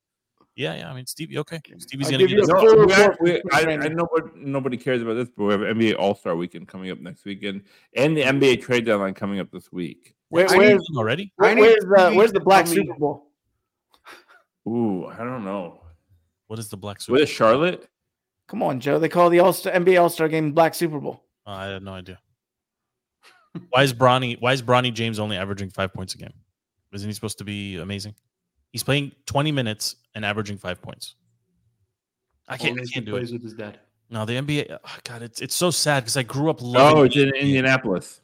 S6: yeah, yeah. I mean, Stevie. Okay, Stevie's
S7: I'll
S6: gonna
S7: give
S6: get
S7: you
S6: us-
S7: a
S9: No,
S7: full
S9: we
S7: report
S9: have-
S7: from
S9: we-
S7: spring
S9: I, I
S7: training.
S9: know what nobody cares about this, but we have NBA All Star Weekend coming up next weekend, and the NBA trade deadline coming up this week.
S7: Where-
S8: I
S7: where's,
S6: already.
S7: where-
S8: I need
S7: where's, the,
S8: TV
S7: where's the
S8: to
S7: Black
S8: tell me-
S7: Super Bowl?
S9: Ooh, I don't know.
S6: What is the black suit?
S9: With Charlotte,
S7: Come on, Joe. They call the All Star NBA All Star game Black Super Bowl.
S6: Oh, I have no idea. Why is Bronny? Why is Bronny James only averaging five points a game? Isn't he supposed to be amazing? He's playing twenty minutes and averaging five points. I can't.
S8: Only
S6: I
S8: if he
S6: can't do
S8: plays
S6: it.
S8: with his dad.
S6: No, the NBA. Oh, God, it's it's so sad because I grew up
S9: oh,
S6: loving.
S9: it's in Indianapolis.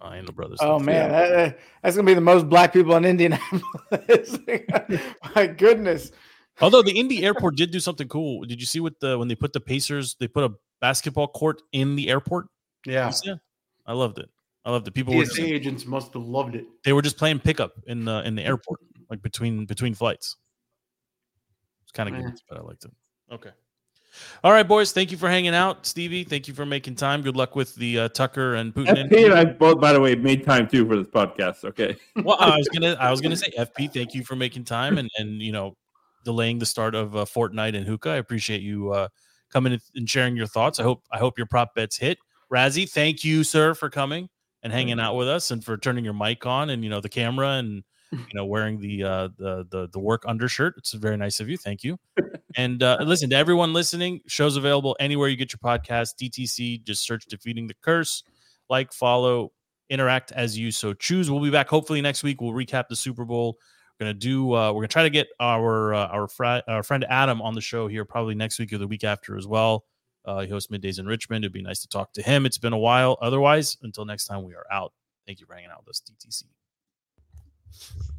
S6: Oh, I know, brothers.
S7: Oh man, that- that- that's gonna be the most black people in Indianapolis. My goodness.
S6: Although the Indy airport did do something cool. Did you see what the when they put the Pacers? They put a basketball court in the airport.
S8: Yeah.
S6: Yeah, I loved it. I loved it. People were
S8: TSA
S6: just,
S8: agents must have loved it.
S6: they were just playing pickup in the in the airport, like between between flights. It's kind of
S8: Yeah.
S6: good, but I liked it. Okay. All right, boys. Thank you for hanging out, Stevie. Thank you for making time. Good luck with the uh, Tucker and Putin.
S9: FP and I both, by the way, made time too for this podcast. Okay,
S6: well, I was gonna, I was gonna say, FP, thank you for making time and and you know, delaying the start of uh, Fortnite and Hookah. I appreciate you uh, coming in and sharing your thoughts. I hope I hope your prop bets hit. Razzie, thank you, sir, for coming and hanging out with us and for turning your mic on and you know the camera and you know wearing the uh, the the the work undershirt. It's very nice of you. Thank you. And uh, listen to everyone listening. Shows available anywhere you get your podcast. DTC, just search "Defeating the Curse." Like, follow, interact as you so choose. We'll be back hopefully next week. We'll recap the Super Bowl. We're gonna do. Uh, we're gonna try to get our uh, our, fri- our friend Adam on the show here probably next week or the week after as well. Uh, he hosts middays in Richmond. It'd be nice to talk to him. It's been a while. Otherwise, until next time, we are out. Thank you for hanging out with us, DTC.